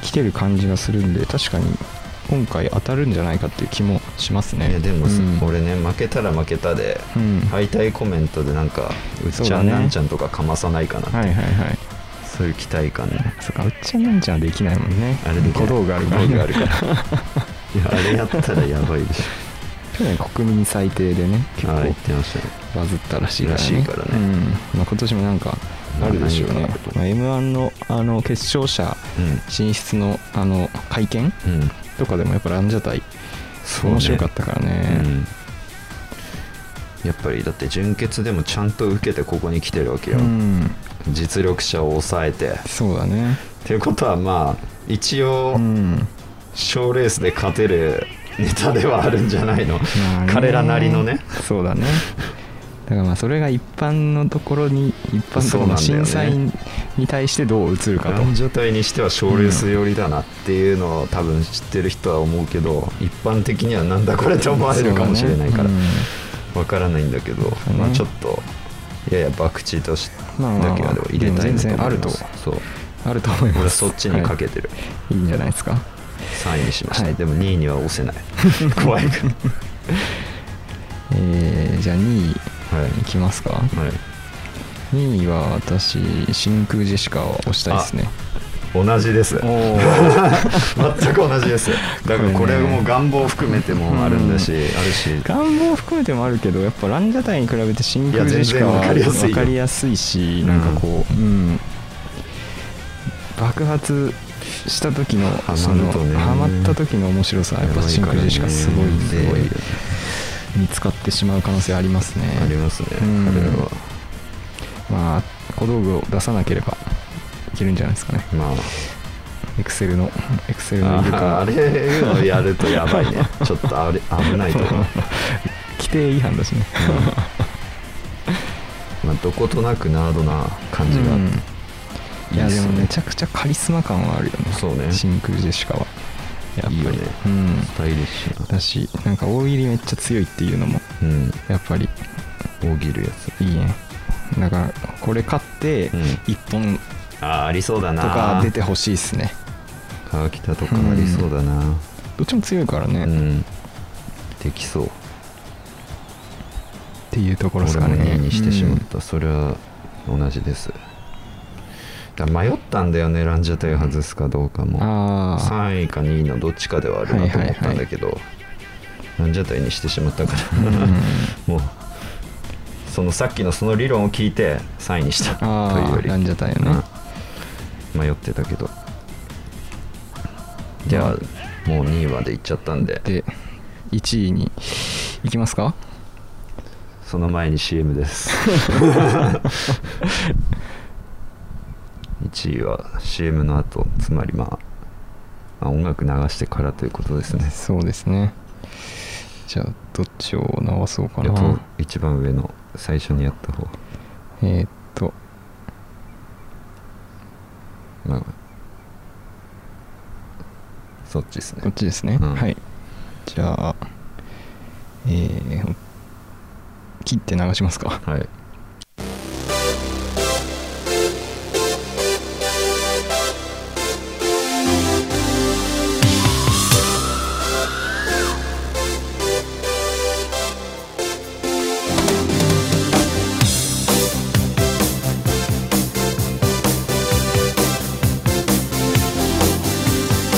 Speaker 3: 来てる感じがするんで確かに今回当たるんじゃないかっていう気もしますね
Speaker 5: いやでもさ、
Speaker 3: うん
Speaker 5: 俺ね負けたら負けたで、
Speaker 3: うん
Speaker 5: 敗退コメントでなんかうっ
Speaker 3: そう
Speaker 5: ちゃ
Speaker 3: だ
Speaker 5: ん、
Speaker 3: ね
Speaker 5: なんちゃんとかかまさないかなって、
Speaker 3: はいはいはい
Speaker 5: そういう期待感ね
Speaker 3: そっかうっちゃんなんちゃんはできないもんね
Speaker 5: あれできない
Speaker 3: 小道具ある
Speaker 5: 小道具あ
Speaker 3: る
Speaker 5: るから いやあれやったらやばいでし
Speaker 3: 去年国民最低でね結
Speaker 5: ょああ言っ
Speaker 3: 構
Speaker 5: てましたね
Speaker 3: バズったらしいからね
Speaker 5: らしいからね
Speaker 3: うんまあ、今年もなんかあるでしょうね
Speaker 5: まあ何かある、と
Speaker 3: まあ、m 1のあの決勝者進出のあの会見
Speaker 5: うんうん
Speaker 3: とかでもやっぱランジャタイ面白かったからね
Speaker 5: うんやっぱりだって純潔でもちゃんと受けてここに来てるわけよ、
Speaker 3: うん
Speaker 5: 実力者を抑えてっ
Speaker 3: そうだね
Speaker 5: ていうことはまあ一応
Speaker 3: うん
Speaker 5: 賞レースで勝てるネタではあるんじゃないの
Speaker 3: まあね
Speaker 5: 彼らなりのね
Speaker 3: そうだねだからまあそれが一般のところに一般ところの
Speaker 5: そうな
Speaker 3: 審
Speaker 5: んだ
Speaker 3: 査
Speaker 5: よね
Speaker 3: 員に対してどう映るかと
Speaker 5: 男女体にしては賞レース寄りだなっていうのを多分知ってる人は思うけど一般的にはなんだこれって思われるかもしれないから
Speaker 3: そうだね
Speaker 5: わからないんだけど、
Speaker 3: ね
Speaker 5: まあ、ちょっとやや博打とし
Speaker 3: まあまあまあ
Speaker 5: だけはでも入れたいなと思います
Speaker 3: でも全然あると
Speaker 5: そう
Speaker 3: うんあると思います
Speaker 5: 俺はそっちにかけ
Speaker 3: は
Speaker 5: てる、
Speaker 3: い、いいんじゃないですか
Speaker 5: 3位にしました、
Speaker 3: はい
Speaker 5: でも2位には押せ ない怖いから
Speaker 3: えー、じゃあ2位
Speaker 5: はい
Speaker 3: いきますか
Speaker 5: はい
Speaker 3: 2位は私真空ジェシカを押したいですね
Speaker 5: 同じです
Speaker 3: お
Speaker 5: 全く同じですだからこれも願望含めてもあるんだし、あるし
Speaker 3: 願望含めてもあるけどやっぱランジャタイに比べて真空ジェシカ
Speaker 5: いや
Speaker 3: は
Speaker 5: 全然わかりやすいよ
Speaker 3: 分かりやすいし
Speaker 5: うん
Speaker 3: なんかこう、うん爆発した時の
Speaker 5: ハマるとね
Speaker 3: そのハマった時の面白さはやっぱ真空ジェシカすごいん
Speaker 5: すごいよね
Speaker 3: で見つかってしまう可能性ありますね
Speaker 5: ありますね、
Speaker 3: うん
Speaker 5: 彼らは
Speaker 3: まあ小道具を出さなければいけるんじゃないですかね
Speaker 5: まあ
Speaker 3: エクセルのエクセルのいる
Speaker 5: ああ
Speaker 3: か
Speaker 5: れいうのやるとやばい ねちょっとあれ危ないと思 う、
Speaker 3: 規定違反だしね
Speaker 5: まあ、どことなくナードな感じがあっ
Speaker 3: いや
Speaker 5: いいっ
Speaker 3: です
Speaker 5: ね
Speaker 3: もめちゃくちゃカリスマ感はあるよね
Speaker 5: そうね
Speaker 3: 真空ジェシカはやっぱり
Speaker 5: いいよね
Speaker 3: うん
Speaker 5: てスタイリッシュな
Speaker 3: だしなんか大喜利めっちゃ強いっていうのも
Speaker 5: うん
Speaker 3: やっぱり
Speaker 5: 大喜利やつ
Speaker 3: いいねだからこれ勝って
Speaker 5: うん
Speaker 3: 一本
Speaker 5: あーありそうだ
Speaker 3: と
Speaker 5: な
Speaker 3: か出てほしいですね
Speaker 5: 川北とかありそうだな
Speaker 3: どっちも強いからね、
Speaker 5: う
Speaker 3: っ
Speaker 5: んできそう
Speaker 3: ていうところです
Speaker 5: 俺
Speaker 3: か
Speaker 5: も
Speaker 3: ね
Speaker 5: 2位にしてしまった、それは同じですだ迷ったんだよねランジャタイ外すかどうか
Speaker 3: うん
Speaker 5: も
Speaker 3: ああ
Speaker 5: 3位か2位のどっちかではあるなと思ったんだけど、ランジャタイにしてしまったから、もうそのさっきのその理論を聞いて3位にしたと
Speaker 3: あ
Speaker 5: い
Speaker 3: ー
Speaker 5: うより
Speaker 3: ランジャタイのね
Speaker 5: うん迷ってたけどじゃあもう2位までいっちゃったんで
Speaker 3: で1位に行きますか
Speaker 5: その前に CM です 1位は CM の後つまりまあ、まあ音楽流してからということですね
Speaker 3: そうですねじゃあどっちを流そうか
Speaker 5: やっと
Speaker 3: な
Speaker 5: 一番上の最初にやった方
Speaker 3: えーっと
Speaker 5: まあそっちです
Speaker 3: こっ
Speaker 5: ね
Speaker 3: ちですね、
Speaker 5: うん
Speaker 3: はいじゃあえー、切って流しますか
Speaker 5: はい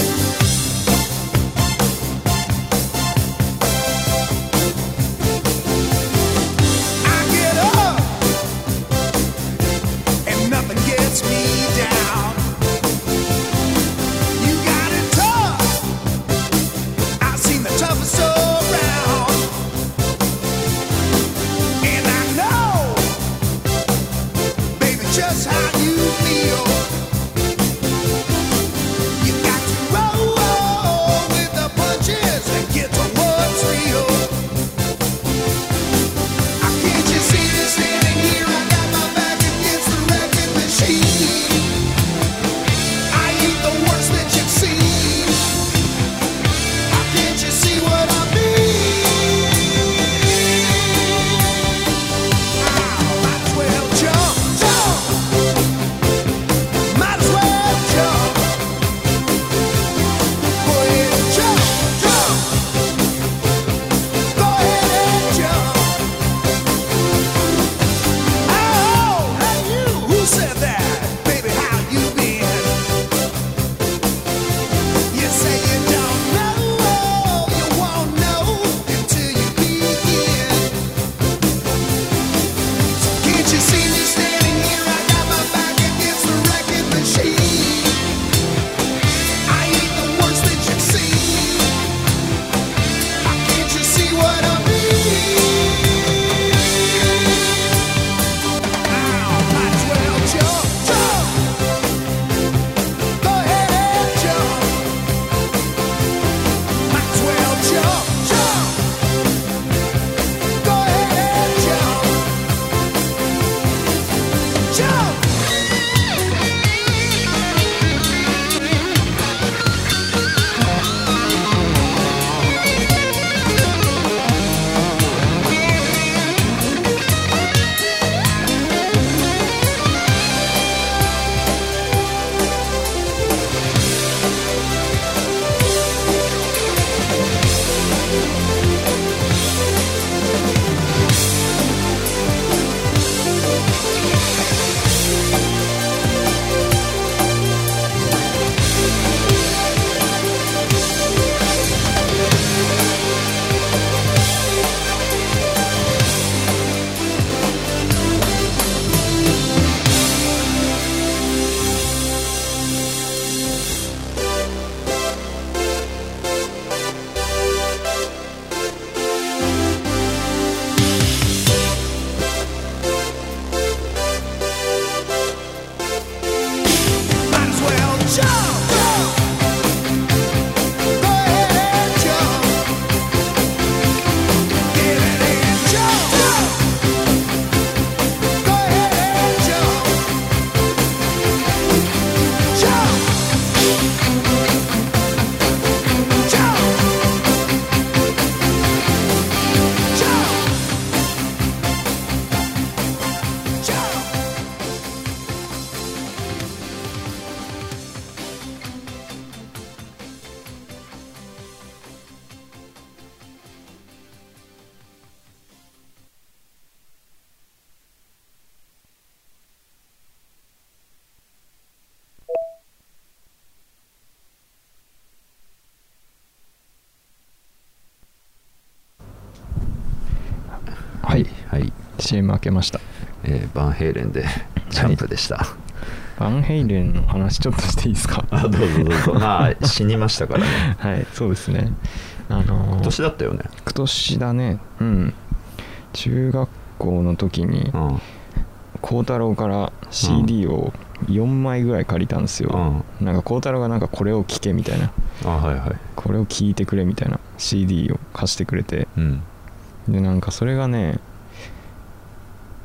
Speaker 4: I get up
Speaker 3: はい
Speaker 5: はい、
Speaker 3: CM 開けました
Speaker 5: えーバンヘイレンでジャンプでした、
Speaker 3: バンヘイレンの話ちょっとしていいですか
Speaker 5: あどうぞどうぞまあ死にましたからね
Speaker 3: はいそうですねあのー
Speaker 5: 今年だったよね
Speaker 3: 今年だねうん中学校の時に
Speaker 5: うんうん
Speaker 3: 孝太郎から CD を4枚ぐらい借りたんですよ、
Speaker 5: あ
Speaker 3: なんか孝太郎がなんかこれを聴けみたいな
Speaker 5: はいはい
Speaker 3: これを聴いてくれみたいな CD を貸してくれて
Speaker 5: うん
Speaker 3: でなんかそれがね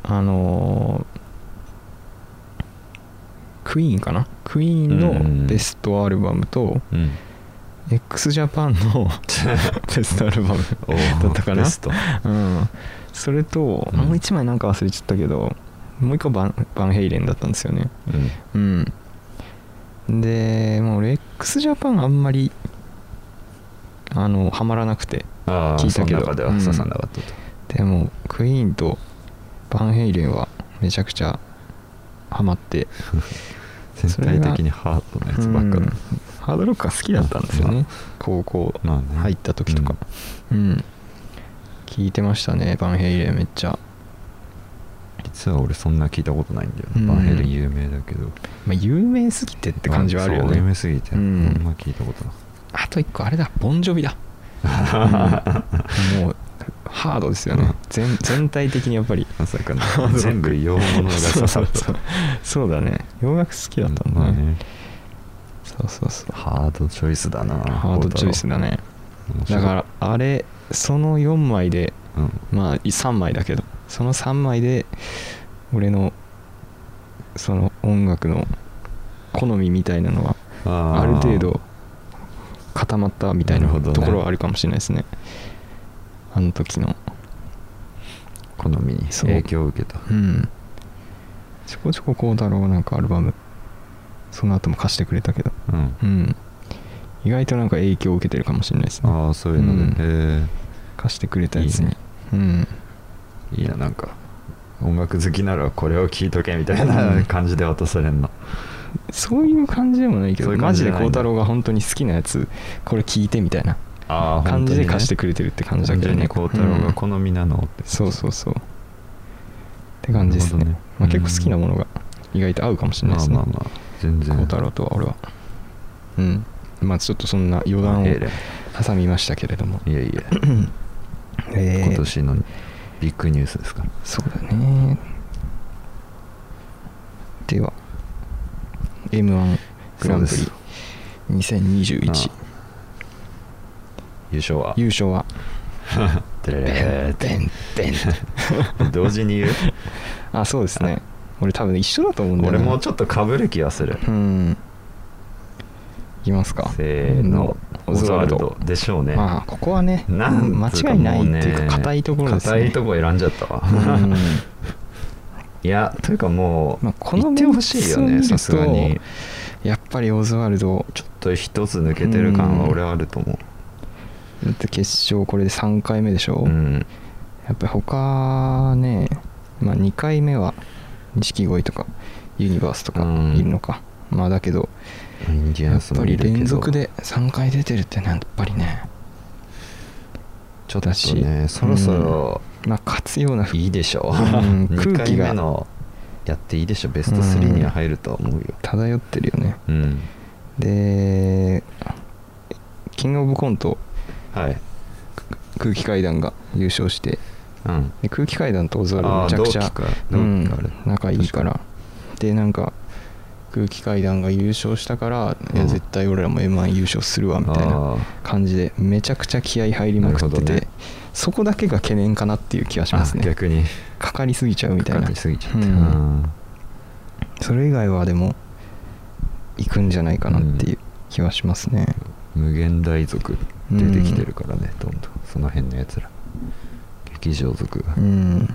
Speaker 3: あのークイーンかなクイーン
Speaker 5: うんうんうん
Speaker 3: のベストアルバムと
Speaker 5: うん
Speaker 3: x ジャパン のベストアルバム
Speaker 5: おー
Speaker 3: だったかな
Speaker 5: ベスト
Speaker 3: うん、それと、
Speaker 5: うん
Speaker 3: もう1枚なんか忘れちゃったけどもう1個バンバンヘイレンだったんですよね
Speaker 5: うん
Speaker 3: うんでもう俺 x ジャパンあんまりあのハマらなくて
Speaker 5: ああ
Speaker 3: 聞いたけど
Speaker 5: その中では刺さんなかったと、
Speaker 3: でもクイーンとバンヘイレンはめちゃくちゃハマってそれ
Speaker 5: 全
Speaker 3: が
Speaker 5: 体的にハードなやつばっか
Speaker 3: うん
Speaker 5: だ
Speaker 3: ハードロックが好きだったんですよね高校
Speaker 5: まあね
Speaker 3: 入った時とかうん、聞いてましたねバンヘイレンめっちゃ、
Speaker 5: 実は俺そんな聞いたことないんだよ
Speaker 3: う
Speaker 5: ね
Speaker 3: ん
Speaker 5: バンヘイレン有名だけどっ
Speaker 3: まあ、有名すぎてって感じはあるよ
Speaker 5: 有名
Speaker 3: ね
Speaker 5: すぎてあ
Speaker 3: うんん
Speaker 5: ま聞いたことな
Speaker 3: あと一個あれだボンジョビだ、うんもうハードですよね、
Speaker 5: うん
Speaker 3: 全全体的にやっぱり
Speaker 5: まさかね
Speaker 3: ハードロッ ク
Speaker 5: 全部洋物が
Speaker 3: そ
Speaker 5: 刺さ
Speaker 3: うそう
Speaker 5: っ
Speaker 3: そう
Speaker 5: た
Speaker 3: そうだね洋楽好きだったん
Speaker 5: ま
Speaker 3: だ
Speaker 5: あ
Speaker 3: ね,、
Speaker 5: ね
Speaker 3: そうそうそう
Speaker 5: ハードチョイスだな
Speaker 3: ハードチョイスだね
Speaker 5: 面白
Speaker 3: だ
Speaker 5: い
Speaker 3: からあれその4枚で
Speaker 5: うん
Speaker 3: まあ3枚だけどその3枚で俺のその音楽の好みみたいなのが
Speaker 5: あー
Speaker 3: ある程度固まったみたいな
Speaker 5: なるほどね
Speaker 3: ところはあるかもしれないですねあの時の
Speaker 5: 好みに
Speaker 3: そう
Speaker 5: 影響を受けた
Speaker 3: うんちょこちょここうだろうなんかアルバムその後も貸してくれたけど
Speaker 5: うん
Speaker 3: うん意外となんか影響を受けてるかもしれないですね
Speaker 5: ああそういうので、
Speaker 3: うん
Speaker 5: へ
Speaker 3: 貸してくれたやつに
Speaker 5: いいね
Speaker 3: うん
Speaker 5: えいいななんか音楽好きならこれを聴いとけみたいな感じで渡されんの、
Speaker 3: そういう感じでもないけど
Speaker 5: そういう
Speaker 3: マ
Speaker 5: 感じ
Speaker 3: ジ
Speaker 5: じゃ
Speaker 3: で
Speaker 5: ないんだ
Speaker 3: 孝太郎が本当に好きなやつこれ聞いてみたいな
Speaker 5: ああ
Speaker 3: 感じで貸して
Speaker 5: く
Speaker 3: くれてるって感
Speaker 5: る
Speaker 3: じだけどね
Speaker 5: 孝太郎
Speaker 3: う
Speaker 5: が
Speaker 3: ん
Speaker 5: 好みなのって、
Speaker 3: そうそうそうって感じです
Speaker 5: な
Speaker 3: ね
Speaker 5: るほどね
Speaker 3: まあ、結構好きなものが意外と合うかもしれない
Speaker 5: まあ
Speaker 3: ですね
Speaker 5: まあまあ全然
Speaker 3: 孝太郎とは俺はうんまあちょっとそんな余談を
Speaker 5: え
Speaker 3: 挟みましたけれども
Speaker 5: えいやいや、
Speaker 3: えー
Speaker 5: 今年のビッグニュースですか
Speaker 3: そうだねでは m 1グランプ
Speaker 5: そうです
Speaker 3: リ2021
Speaker 5: ああ優勝は
Speaker 3: 優勝は
Speaker 5: てれ れ
Speaker 3: でんでん
Speaker 5: ー同時に言う
Speaker 3: あそうですね俺多分一緒だと思うんだよ
Speaker 5: 俺
Speaker 3: な
Speaker 5: もちょっとかぶる気がする
Speaker 3: うんいきますか
Speaker 5: せーの
Speaker 3: オズワルド
Speaker 5: でしょうね
Speaker 3: まあここはね
Speaker 5: なん
Speaker 3: 間違いないっていうか硬いところですね
Speaker 5: 硬いとこ選んじゃったわ、
Speaker 3: うん
Speaker 5: いやというかもう、
Speaker 3: まあこの
Speaker 5: 言ってほしいよ
Speaker 3: メン
Speaker 5: ね
Speaker 3: ツを見ると
Speaker 5: さすがに
Speaker 3: やっぱりオズワルド
Speaker 5: ちょっと一つ抜けてる感は俺はあると思
Speaker 3: だって決勝これで3回目でしょ、
Speaker 5: ううん
Speaker 3: やっぱり他ね、まあ、2回目は錦鯉とかユニバースとか
Speaker 5: うん
Speaker 3: いるのか、まあだけど
Speaker 5: インディア
Speaker 3: や
Speaker 5: ン
Speaker 3: っ
Speaker 5: ス
Speaker 3: ぱ
Speaker 5: もい
Speaker 3: り
Speaker 5: るけど
Speaker 3: 連続で3回出てるってのはやっぱりね
Speaker 5: ちょっと
Speaker 3: だし
Speaker 5: ねそろそろ
Speaker 3: まあ勝つような雰
Speaker 5: い
Speaker 3: 囲
Speaker 5: いでしょ
Speaker 3: うん
Speaker 5: う
Speaker 3: 空気
Speaker 5: 二
Speaker 3: が
Speaker 5: 回目のやっていいでしょベスト3には入ると思うよ
Speaker 3: 漂ってるよね
Speaker 5: うん
Speaker 3: でキングオブコント
Speaker 5: はい
Speaker 3: 空気階段が優勝して
Speaker 5: うん
Speaker 3: で空気階段とオズワルド
Speaker 5: あ
Speaker 3: め
Speaker 5: あ
Speaker 3: ちゃくち
Speaker 5: 同
Speaker 3: ゃ
Speaker 5: 期か
Speaker 3: う
Speaker 5: 同期
Speaker 3: ん
Speaker 5: かあれ
Speaker 3: 仲いいからでなんか空気階段が優勝したから、いや
Speaker 5: うん
Speaker 3: 絶対俺らも m 1優勝するわみたいな
Speaker 5: ああ
Speaker 3: 感じでめちゃくちゃ気合入りまくって
Speaker 5: なるほど
Speaker 3: て、
Speaker 5: ね
Speaker 3: そこだけが懸念かなっていう気がします
Speaker 5: あ
Speaker 3: ね
Speaker 5: 逆に
Speaker 3: かかりすぎちゃうみたい
Speaker 5: か
Speaker 3: な
Speaker 5: かりすぎちゃって
Speaker 3: う
Speaker 5: うんん
Speaker 3: それ以外はでも行くんじゃないかなっていう気はしますね、
Speaker 5: 無限大族出てきてるからねどんどんその辺のやつら劇場族が
Speaker 3: うん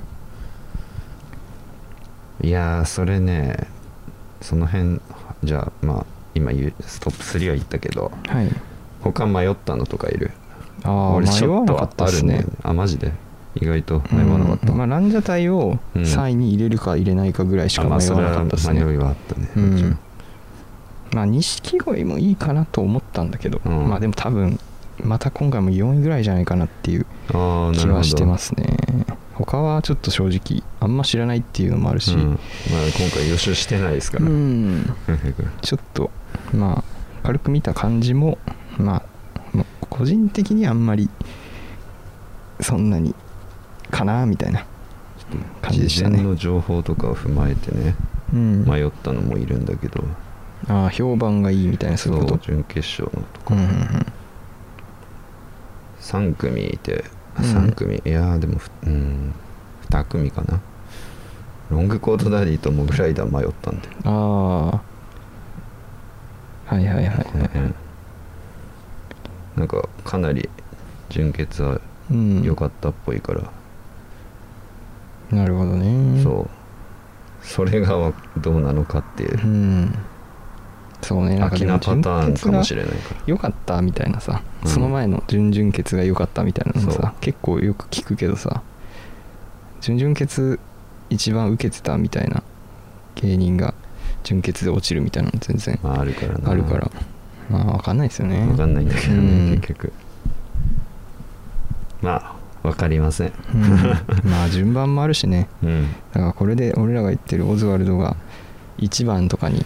Speaker 5: いやーそれねその辺じゃあまあ今言うトップ3は言ったけど
Speaker 3: はい
Speaker 5: 他迷ったのとかいる
Speaker 3: ああ
Speaker 5: 俺ち
Speaker 3: 迷
Speaker 5: ょ
Speaker 3: わ
Speaker 5: っ
Speaker 3: な
Speaker 5: と
Speaker 3: か
Speaker 5: あ
Speaker 3: った
Speaker 5: あ
Speaker 3: で
Speaker 5: る
Speaker 3: す
Speaker 5: ね
Speaker 3: ね
Speaker 5: あマジで意外と迷わなかった、
Speaker 3: うんまあ、ランジャタイを
Speaker 5: うん
Speaker 3: 3位に入れるか入れないかぐらいしか
Speaker 5: あ
Speaker 3: 迷
Speaker 5: ま
Speaker 3: わ
Speaker 5: あ
Speaker 3: な
Speaker 5: それ
Speaker 3: か
Speaker 5: は
Speaker 3: ったですね、
Speaker 5: 迷いはあったね
Speaker 3: う
Speaker 5: もちろ
Speaker 3: ん
Speaker 5: ん、
Speaker 3: まあ錦鯉もいいかなと思ったんだけど、
Speaker 5: うん
Speaker 3: まあでも多分また今回も4位ぐらいじゃないかなっていう
Speaker 5: ああな
Speaker 3: 気
Speaker 5: るほど
Speaker 3: はしてますね他はちょっと正直あんま知らないっていうのもあるし、
Speaker 5: うんまあ、今回予習してないですか
Speaker 3: う
Speaker 5: ら、
Speaker 3: ん
Speaker 5: う
Speaker 3: ちょっとまあ軽く見た感じもまあもう個人的にあんまりそんなにかなみたいな感じでしたね
Speaker 5: 事前の情報とかを踏まえてね
Speaker 3: うん
Speaker 5: 迷ったのもいるんだけど、
Speaker 3: ああ評判がいいみたいなそういうこ
Speaker 5: そう
Speaker 3: と
Speaker 5: 準決勝のと
Speaker 3: う
Speaker 5: か、
Speaker 3: んうんうん
Speaker 5: 3組いて
Speaker 3: うん
Speaker 5: 3組、いやーでもふうん2組かなロングコートダディとモグライダー迷ったんで
Speaker 3: ああはいはいはい
Speaker 5: この 辺なんかかなり純潔は
Speaker 3: うん
Speaker 5: 良かったっぽいから、
Speaker 3: なるほどね
Speaker 5: そうそれがわどうなのかっていう
Speaker 3: うんそうねなん
Speaker 5: 飽
Speaker 3: かで
Speaker 5: き
Speaker 3: も
Speaker 5: なパターンかもしれないか
Speaker 3: 良かったみたいなさ、
Speaker 5: うん
Speaker 3: その前の準々決が良かったみたいなのも
Speaker 5: そう
Speaker 3: さ結構よく聞くけどさ準々決一番受けてたみたいな芸人が準決で落ちるみたいなの全然
Speaker 5: ら、まあ、あるからな
Speaker 3: あるから、まあ分かんないですよね
Speaker 5: 分かんないんだけどね、
Speaker 3: うん
Speaker 5: 結局まあ分かりません
Speaker 3: うんまあ順番もあるしね
Speaker 5: うん
Speaker 3: だからこれで俺らが言ってるオズワルドが1番と かに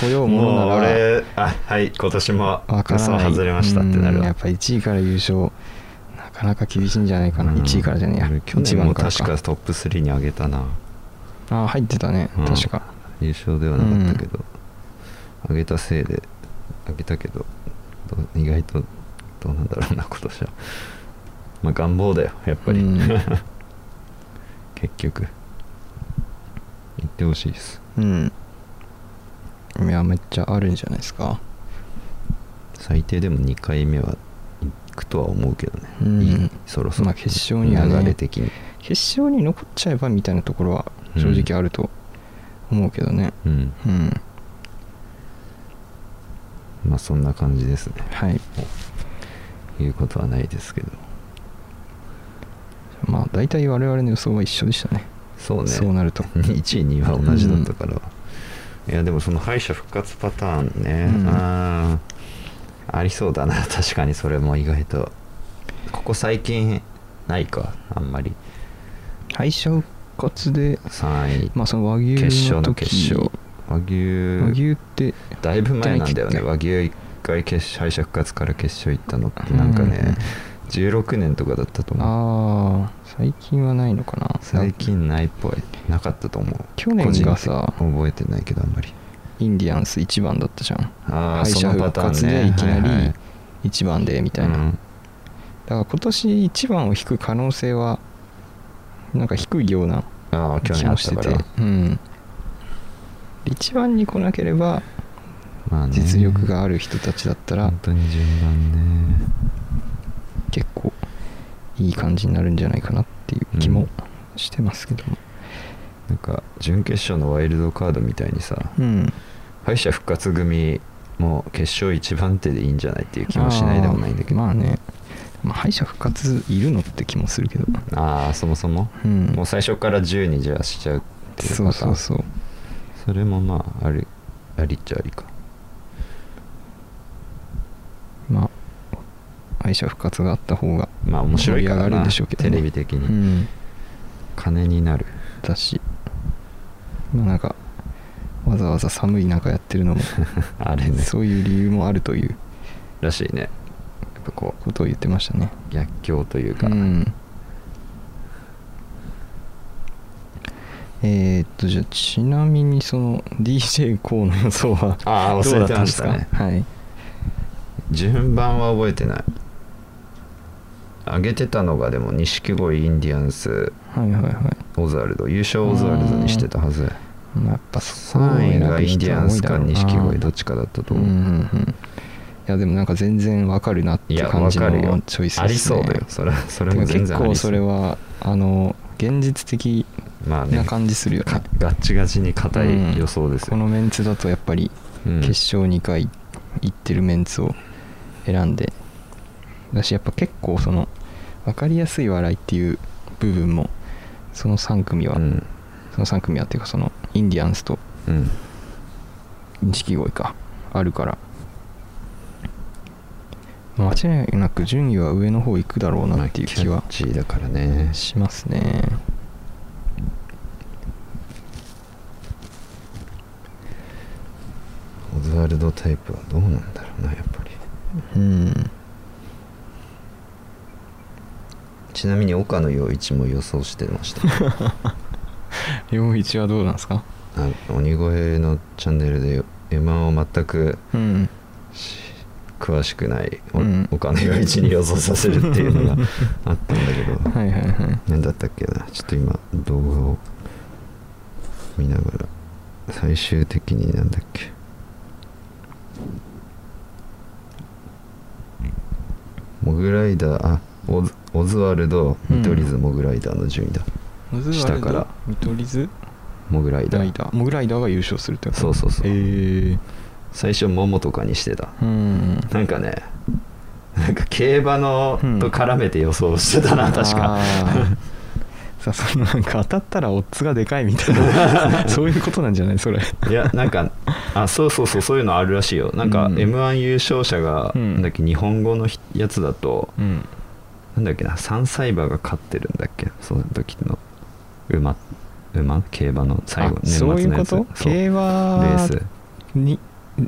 Speaker 3: 来ようもの
Speaker 5: もう
Speaker 3: なら
Speaker 5: 俺あはい今年も
Speaker 3: わから
Speaker 5: 予
Speaker 3: ない
Speaker 5: 想外れましたってなる
Speaker 3: うん
Speaker 5: わ
Speaker 3: やっぱ1位から優勝なかなか厳しいんじゃないかな、
Speaker 5: うん
Speaker 3: 1位からじゃねえや
Speaker 5: 俺去
Speaker 3: 一
Speaker 5: 年
Speaker 3: 番
Speaker 5: も
Speaker 3: から
Speaker 5: 確かトップ3に上げたな
Speaker 3: ああ入ってたね、
Speaker 5: うん
Speaker 3: 確か
Speaker 5: 優勝ではなかったけど、上げたせいで上げたけどどう意外とどうなんだろうな今年はまあ願望だよやっぱり、
Speaker 3: うん
Speaker 5: 結局言ってほしいです
Speaker 3: うんいやめっちゃあるんじゃないですか
Speaker 5: 最低でも2回目は行くとは思うけどね、
Speaker 3: うん
Speaker 5: いいそろそろ、
Speaker 3: まあ決勝にはね
Speaker 5: 流れ的に
Speaker 3: 決勝に残っちゃえばみたいなところは正直あると思うけどね
Speaker 5: うん
Speaker 3: うん、
Speaker 5: まあそんな感じですね
Speaker 3: はい
Speaker 5: 言うことはないですけど
Speaker 3: まあ大体我々の予想は一緒でしたね
Speaker 5: そうね
Speaker 3: そうな ると
Speaker 5: 1位2位は同じだったから、いやでもその敗者復活パターンね、
Speaker 3: うん
Speaker 5: あーありそうだな 確かにそれも意外とここ最近ないかあんまり
Speaker 3: 敗者復活で
Speaker 5: 3位、
Speaker 3: まあその和牛の時
Speaker 5: 決勝の決勝和
Speaker 3: 和
Speaker 5: 牛
Speaker 3: 牛って
Speaker 5: だいぶ前なんだよね
Speaker 3: 行ってないっけ
Speaker 5: 和牛1回決敗者復活から決勝行ったのってなんかね、16年とかだったと思う
Speaker 3: ああ最近はないのかな
Speaker 5: 最近ないっぽいなかったと思う
Speaker 3: 去年がさ
Speaker 5: 個人的に覚えてないけどあんまり
Speaker 3: インディアンス1番だったじゃん
Speaker 5: あー
Speaker 3: 敗者
Speaker 5: その
Speaker 3: 復
Speaker 5: パターンね
Speaker 3: 活でいきな
Speaker 5: はいはい
Speaker 3: り1番でみたいな、
Speaker 5: うん
Speaker 3: だから今年1番を引く可能性はなんか低いような
Speaker 5: ああ去
Speaker 3: 気
Speaker 5: 年あ
Speaker 3: も
Speaker 5: っ
Speaker 3: したて
Speaker 5: か
Speaker 3: て
Speaker 5: ら
Speaker 3: うん1番に来なければ
Speaker 5: まあね
Speaker 3: 実力がある人たちだったら
Speaker 5: 本当に順番ね
Speaker 3: 結構いい感じになるんじゃないかなっていう気もしてますけども
Speaker 5: なんか準決勝のワイルドカードみたいにさ
Speaker 3: うん
Speaker 5: 敗者復活組も決勝一番手でいいんじゃないっていう気もしないでもないんだけど
Speaker 3: あーまあね、まあ、敗者復活いるのって気もするけど
Speaker 5: ああそもそも、
Speaker 3: うん
Speaker 5: もう最初から10にじゃあしちゃうっていうパター
Speaker 3: そう
Speaker 5: ン
Speaker 3: そうそう
Speaker 5: それもまあありありっちゃありか
Speaker 3: まあ敗者復活があった方が
Speaker 5: まあ面白いから
Speaker 3: 盛り上がる
Speaker 5: なん
Speaker 3: でしょうけどね
Speaker 5: テレビ的
Speaker 3: う
Speaker 5: に、
Speaker 3: ん
Speaker 5: 金になる
Speaker 3: だしまあなんかわざわざ寒い中やってるのも
Speaker 5: あれね
Speaker 3: そういう理由もあるという
Speaker 5: らしいね
Speaker 3: やっぱこうことを言ってましたね
Speaker 5: 逆境というか、
Speaker 3: うんえーっとじゃあちなみにその d j k o の予想は
Speaker 5: ああ
Speaker 3: どう
Speaker 5: 忘
Speaker 3: だ
Speaker 5: れ
Speaker 3: ってたん
Speaker 5: ま
Speaker 3: で
Speaker 5: し
Speaker 3: す
Speaker 5: た
Speaker 3: か
Speaker 5: ね
Speaker 3: はい
Speaker 5: 順番は覚えてない上げてたのがでも錦鯉インディアンス
Speaker 3: はいはいはい
Speaker 5: オズワルド優勝オズワルドにしてたはず
Speaker 3: まあ、やっぱそこを
Speaker 5: 3位
Speaker 3: 選
Speaker 5: が
Speaker 3: ぶ
Speaker 5: インディ
Speaker 3: 人は
Speaker 5: ア
Speaker 3: 多
Speaker 5: ン
Speaker 3: い
Speaker 5: ス
Speaker 3: だろ
Speaker 5: か
Speaker 3: うな
Speaker 5: 錦鯉どっちかだったと
Speaker 3: うん
Speaker 5: 思
Speaker 3: う
Speaker 5: う、
Speaker 3: んうんいやでもなんか全然わかるなって
Speaker 5: いや
Speaker 3: 感
Speaker 5: わ
Speaker 3: じ
Speaker 5: かるよ
Speaker 3: のチョイスですね
Speaker 5: ありそうだよそれはそれも
Speaker 3: てか
Speaker 5: 全
Speaker 3: 結
Speaker 5: 然ありそう
Speaker 3: 構それはあの現実的
Speaker 5: まあね
Speaker 3: な感じするよね
Speaker 5: かガッチガチに硬
Speaker 3: うん
Speaker 5: い予想ですよ、
Speaker 3: このメンツだとやっぱり
Speaker 5: うん
Speaker 3: 決勝2回行ってるメンツを選んでだしやっぱ結構その分かりやすい笑いっていう部分もその3組は、
Speaker 5: うん
Speaker 3: その3組はっていうかそのインディアンスと
Speaker 5: うん
Speaker 3: 錦鯉かあるから間違いなく順位は上の方行くだろうなっていう気
Speaker 5: ま
Speaker 3: は
Speaker 5: あキャッチーだからね
Speaker 3: しますね。
Speaker 5: オズワルドタイプはどうなんだろうなやっぱり
Speaker 3: うん。
Speaker 5: ちなみに岡野陽一も予想してました
Speaker 3: 陽一はどうなんですか
Speaker 5: あ鬼越のチャンネルで M1 を全く
Speaker 3: うん。
Speaker 5: 詳しくない、お
Speaker 3: うん
Speaker 5: 岡野陽一に予想させるっていうのがあったんだけど
Speaker 3: はいはいはい。
Speaker 5: 何だったっけなちょっと今動画を見ながら最終的になんだっけモグライダーあオズオズワルド
Speaker 3: うん
Speaker 5: 見取り図モグライダーの順位だ、
Speaker 3: オズワルド
Speaker 5: 下から
Speaker 3: 見取り図
Speaker 5: モグライダ
Speaker 3: ラ
Speaker 5: ー
Speaker 3: イダーモグライダーが優勝するってこと
Speaker 5: そうそうそう
Speaker 3: へえ
Speaker 5: 最初桃とかにしてた
Speaker 3: うん
Speaker 5: なんかねなんか競馬の
Speaker 3: うん
Speaker 5: と絡めて予想してたな、確か
Speaker 3: あーさ そのなんか当たったらオッズがでかいみたい なそういうことなんじゃないそれ
Speaker 5: いやなんかあそうそうそうそういうのあるらしいよなんか
Speaker 3: うん
Speaker 5: m 1優勝者が、
Speaker 3: うん
Speaker 5: なんだっけ日本語のひやつだと
Speaker 3: うん
Speaker 5: なんだっけなサンサイバーが勝ってるんだっけその時の馬馬競馬の最後
Speaker 3: あそういうこと
Speaker 5: そうレ
Speaker 3: 競馬
Speaker 5: ー
Speaker 3: に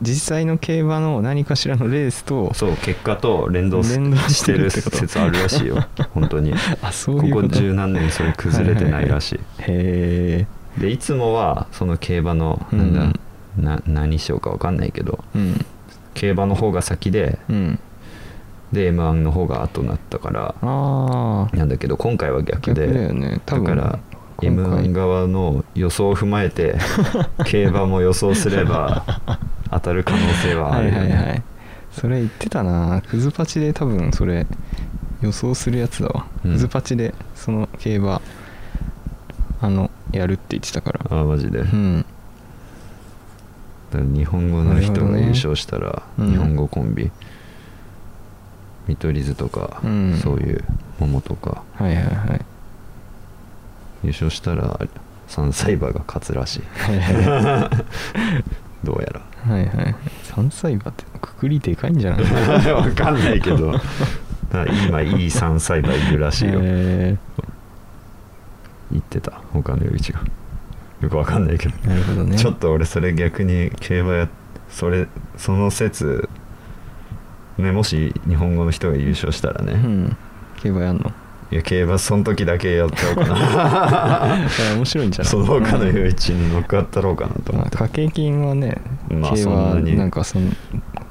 Speaker 3: 実際の競馬の何かしらのレースと
Speaker 5: スそう結果と連動す
Speaker 3: 連動し
Speaker 5: してて
Speaker 3: る
Speaker 5: る
Speaker 3: ってこと
Speaker 5: 説あるらしいよ本当に
Speaker 3: あそ
Speaker 5: こ
Speaker 3: ういうこ
Speaker 5: こと十何年それ崩れてないらしい
Speaker 3: へえ
Speaker 5: でいつもはその競馬の
Speaker 3: う
Speaker 5: なんんだ、な何しようか分かんないけど
Speaker 3: うん
Speaker 5: 競馬の方が先で
Speaker 3: うん
Speaker 5: で m 1の方が後になったから
Speaker 3: ああ
Speaker 5: なんだけど今回は逆
Speaker 3: 逆
Speaker 5: で
Speaker 3: だよね多分
Speaker 5: だから
Speaker 3: 今
Speaker 5: m
Speaker 3: 回
Speaker 5: 1側の予想を踏まえ て競馬も予想すれば当たる可能性はあ
Speaker 3: は
Speaker 5: る
Speaker 3: い
Speaker 5: よね、
Speaker 3: はいはいそれ言ってたなクズパチで多分それ予想するやつだわ、
Speaker 5: うん
Speaker 3: クズパチでその競馬あのやるって言ってたから
Speaker 5: ああマジで、
Speaker 3: う
Speaker 5: だ
Speaker 3: ん
Speaker 5: から日本語の人が優勝したら、
Speaker 3: なるほどね
Speaker 5: 日本語コンビ、見取り図とか、
Speaker 3: うん
Speaker 5: そういう桃とか
Speaker 3: はいはいはい
Speaker 5: 優勝したらサンサイバーが勝つら しい
Speaker 3: はいはいはい
Speaker 5: どうやら
Speaker 3: はいはい3歳馬ってくくりでかいんじゃない
Speaker 5: わかんないけどだから今いい山菜がいるらしいよ、
Speaker 3: へ
Speaker 5: 言ってた他の余一がよくわかんないけど、
Speaker 3: ーなるほどね
Speaker 5: ちょっと俺それ逆に競馬やそれその説ねもし日本語の人が優勝したらね、
Speaker 3: うん競馬やんの
Speaker 5: いや競馬その時だけやっちゃおうか
Speaker 3: い
Speaker 5: な
Speaker 3: や面白いん じゃない
Speaker 5: その他の
Speaker 3: うん
Speaker 5: 余一に乗っかったろうかなと思
Speaker 3: ま
Speaker 5: っ
Speaker 3: あ
Speaker 5: て、
Speaker 3: 掛け金はね、
Speaker 5: まあ
Speaker 3: 競
Speaker 5: そ
Speaker 3: 馬
Speaker 5: んなに
Speaker 3: なんかその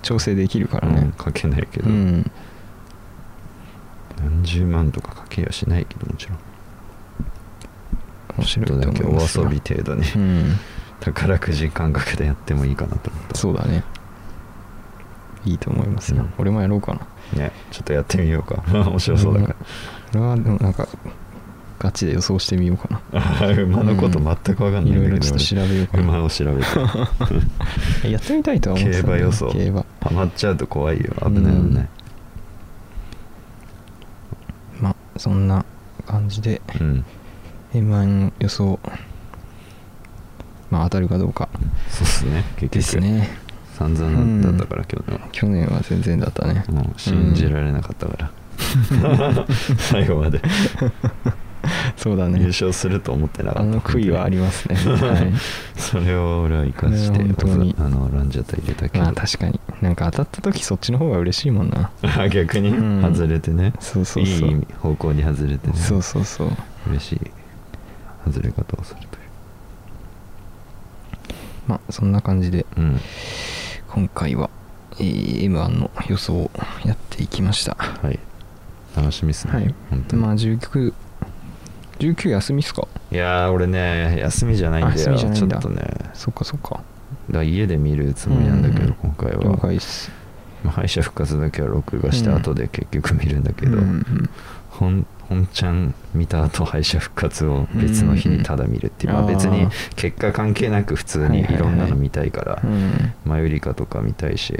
Speaker 3: 調整できるから
Speaker 5: うん
Speaker 3: ね
Speaker 5: かけないけど、
Speaker 3: うん
Speaker 5: 何十万とかかけやしないけどもちろん
Speaker 3: 面
Speaker 5: ちょ
Speaker 3: 白
Speaker 5: っ
Speaker 3: いと
Speaker 5: とだ
Speaker 3: 思
Speaker 5: け
Speaker 3: い
Speaker 5: お
Speaker 3: ます
Speaker 5: 遊
Speaker 3: が
Speaker 5: び程度に、
Speaker 3: うん
Speaker 5: 宝くじ感覚でやってもいいかなと思った
Speaker 3: そうだねいいと思いますよ、
Speaker 5: うん
Speaker 3: 俺もやろうかな
Speaker 5: ねちょっとやってみようか 面白そうだから
Speaker 3: これはでもなんかガチで予想してみようかな
Speaker 5: あー馬のこと全く分かんない
Speaker 3: いろい
Speaker 5: ん
Speaker 3: ろ
Speaker 5: だ
Speaker 3: ち
Speaker 5: け
Speaker 3: ょ
Speaker 5: ど
Speaker 3: っと調べようか
Speaker 5: 俺馬
Speaker 3: な
Speaker 5: を調べて
Speaker 3: やってみたいとは思ってたんだよね
Speaker 5: 競馬予想
Speaker 3: 競馬
Speaker 5: ハマっちゃうと怖いよ危ないよね
Speaker 3: まあそんな感じで
Speaker 5: うん、
Speaker 3: M1 の予想まあ当たるかどうか
Speaker 5: そうっすね結局
Speaker 3: ですね
Speaker 5: 散々だったから今日は、
Speaker 3: 去年は全然だったね
Speaker 5: もう信じられなかったから、 最後まで
Speaker 3: そうだ
Speaker 5: 優
Speaker 3: ね
Speaker 5: 勝すると思ってなか
Speaker 3: あ
Speaker 5: った
Speaker 3: の悔いはあり ますね、はい、
Speaker 5: それを俺は生かして
Speaker 3: これは本当に
Speaker 5: あのランジャタイ入れたけど、
Speaker 3: まあ確かになんか当たった時そっちの方が嬉しいもんな
Speaker 5: あ 逆に
Speaker 3: うん
Speaker 5: 外れてね、
Speaker 3: そうそうそう
Speaker 5: いい方向に外れてね
Speaker 3: そうそうそう
Speaker 5: 嬉しい外れ方をするという
Speaker 3: まあそんな感じで
Speaker 5: うん
Speaker 3: 今回は、えー M1 の予想をやっていきましたは
Speaker 5: はい楽しみっすね、本当に、
Speaker 3: まあ1919休みっすか
Speaker 5: いやー俺ね休みじゃないんだよ
Speaker 3: あ休みじゃないんだ
Speaker 5: ちょっとねだか
Speaker 3: そっかそっから
Speaker 5: 家で見るつもりなんだけ
Speaker 3: うん
Speaker 5: ど今回
Speaker 3: 了
Speaker 5: は
Speaker 3: 解っす
Speaker 5: まあ敗者復活だけは録画して
Speaker 3: うん
Speaker 5: 後で結局見るんだけど、
Speaker 3: うん
Speaker 5: 本本ちゃん見た後敗者復活を別の日にただ見るっていう、
Speaker 3: う
Speaker 5: ま
Speaker 3: ん
Speaker 5: あ、別
Speaker 3: あ
Speaker 5: に
Speaker 3: ー
Speaker 5: 結果関係なく普通
Speaker 3: はい
Speaker 5: に
Speaker 3: はいはい
Speaker 5: いろんなの見たいから
Speaker 3: うんうん
Speaker 5: マユリカとか見たいし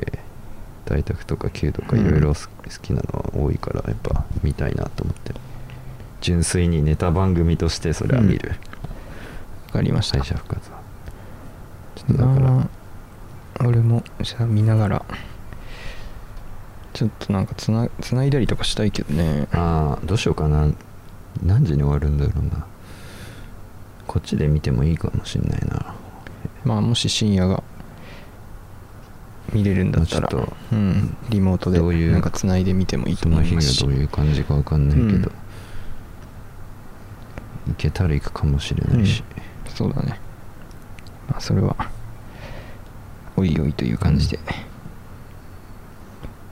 Speaker 5: 大宅とか Q とかいろいろ好好きなのは多いからやっぱ見たいなと思って純粋にネタ番組としてそれは見る、
Speaker 3: わかりました
Speaker 5: 敗者復活はちょっとだから
Speaker 3: まあ俺もじゃあ見ながらちょっとなんかつなつないだりとかしたいけどね
Speaker 5: ああどうしようかな何時に終わるんだろうなこっちで見てもいいかもしんないな
Speaker 3: まあもし深夜が見れるんだったら
Speaker 5: ちょっと
Speaker 3: うん、リモートで
Speaker 5: どういう
Speaker 3: なんかつないでみてもいいと
Speaker 5: そ
Speaker 3: 思
Speaker 5: の
Speaker 3: い
Speaker 5: 日
Speaker 3: ま
Speaker 5: が
Speaker 3: すし
Speaker 5: どういう感じか分かんないけど、
Speaker 3: う
Speaker 5: 行けたら行くかもしれないし、
Speaker 3: そうだねまあそれはおいおいという感じで、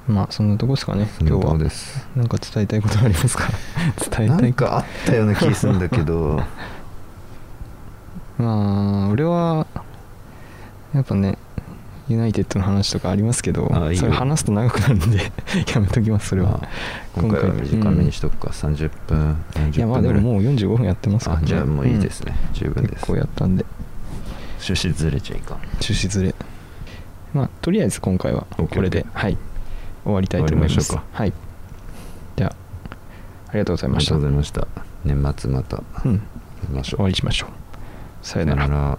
Speaker 3: まあそんなとこですかね
Speaker 5: そんな
Speaker 3: 今
Speaker 5: と
Speaker 3: 日
Speaker 5: こ
Speaker 3: は
Speaker 5: です
Speaker 3: なんか伝えたいことありま すか伝え
Speaker 5: な
Speaker 3: たい
Speaker 5: ん
Speaker 3: か
Speaker 5: かあったような気するんだけど
Speaker 3: まあ俺はやっぱねユナイテッドの話とかありますけど
Speaker 5: あいいよ
Speaker 3: それ話すと長くなるんで やめとき ますそれは、
Speaker 5: まあ今回は短めにしとくか、30分
Speaker 3: いや
Speaker 5: 40
Speaker 3: ま
Speaker 5: 分
Speaker 3: あ
Speaker 5: ぐ
Speaker 3: で
Speaker 5: らい
Speaker 3: ももう45分やってますから、
Speaker 5: あ
Speaker 3: ね、
Speaker 5: じゃあもういいですね、十
Speaker 3: うん、
Speaker 5: 分です
Speaker 3: 結構やったんで
Speaker 5: 趣旨ずれちゃいかん
Speaker 3: 中止ずれまあとりあえず今回は
Speaker 5: OK
Speaker 3: これではい終わりたいと思います
Speaker 5: 終わりましょう
Speaker 3: はいではありがとうござい
Speaker 5: あ
Speaker 3: ま
Speaker 5: り
Speaker 3: し
Speaker 5: がとう
Speaker 3: た
Speaker 5: ございました年末また
Speaker 3: うん
Speaker 5: 会いましょう
Speaker 3: 終わりしましょうさよなら
Speaker 5: ら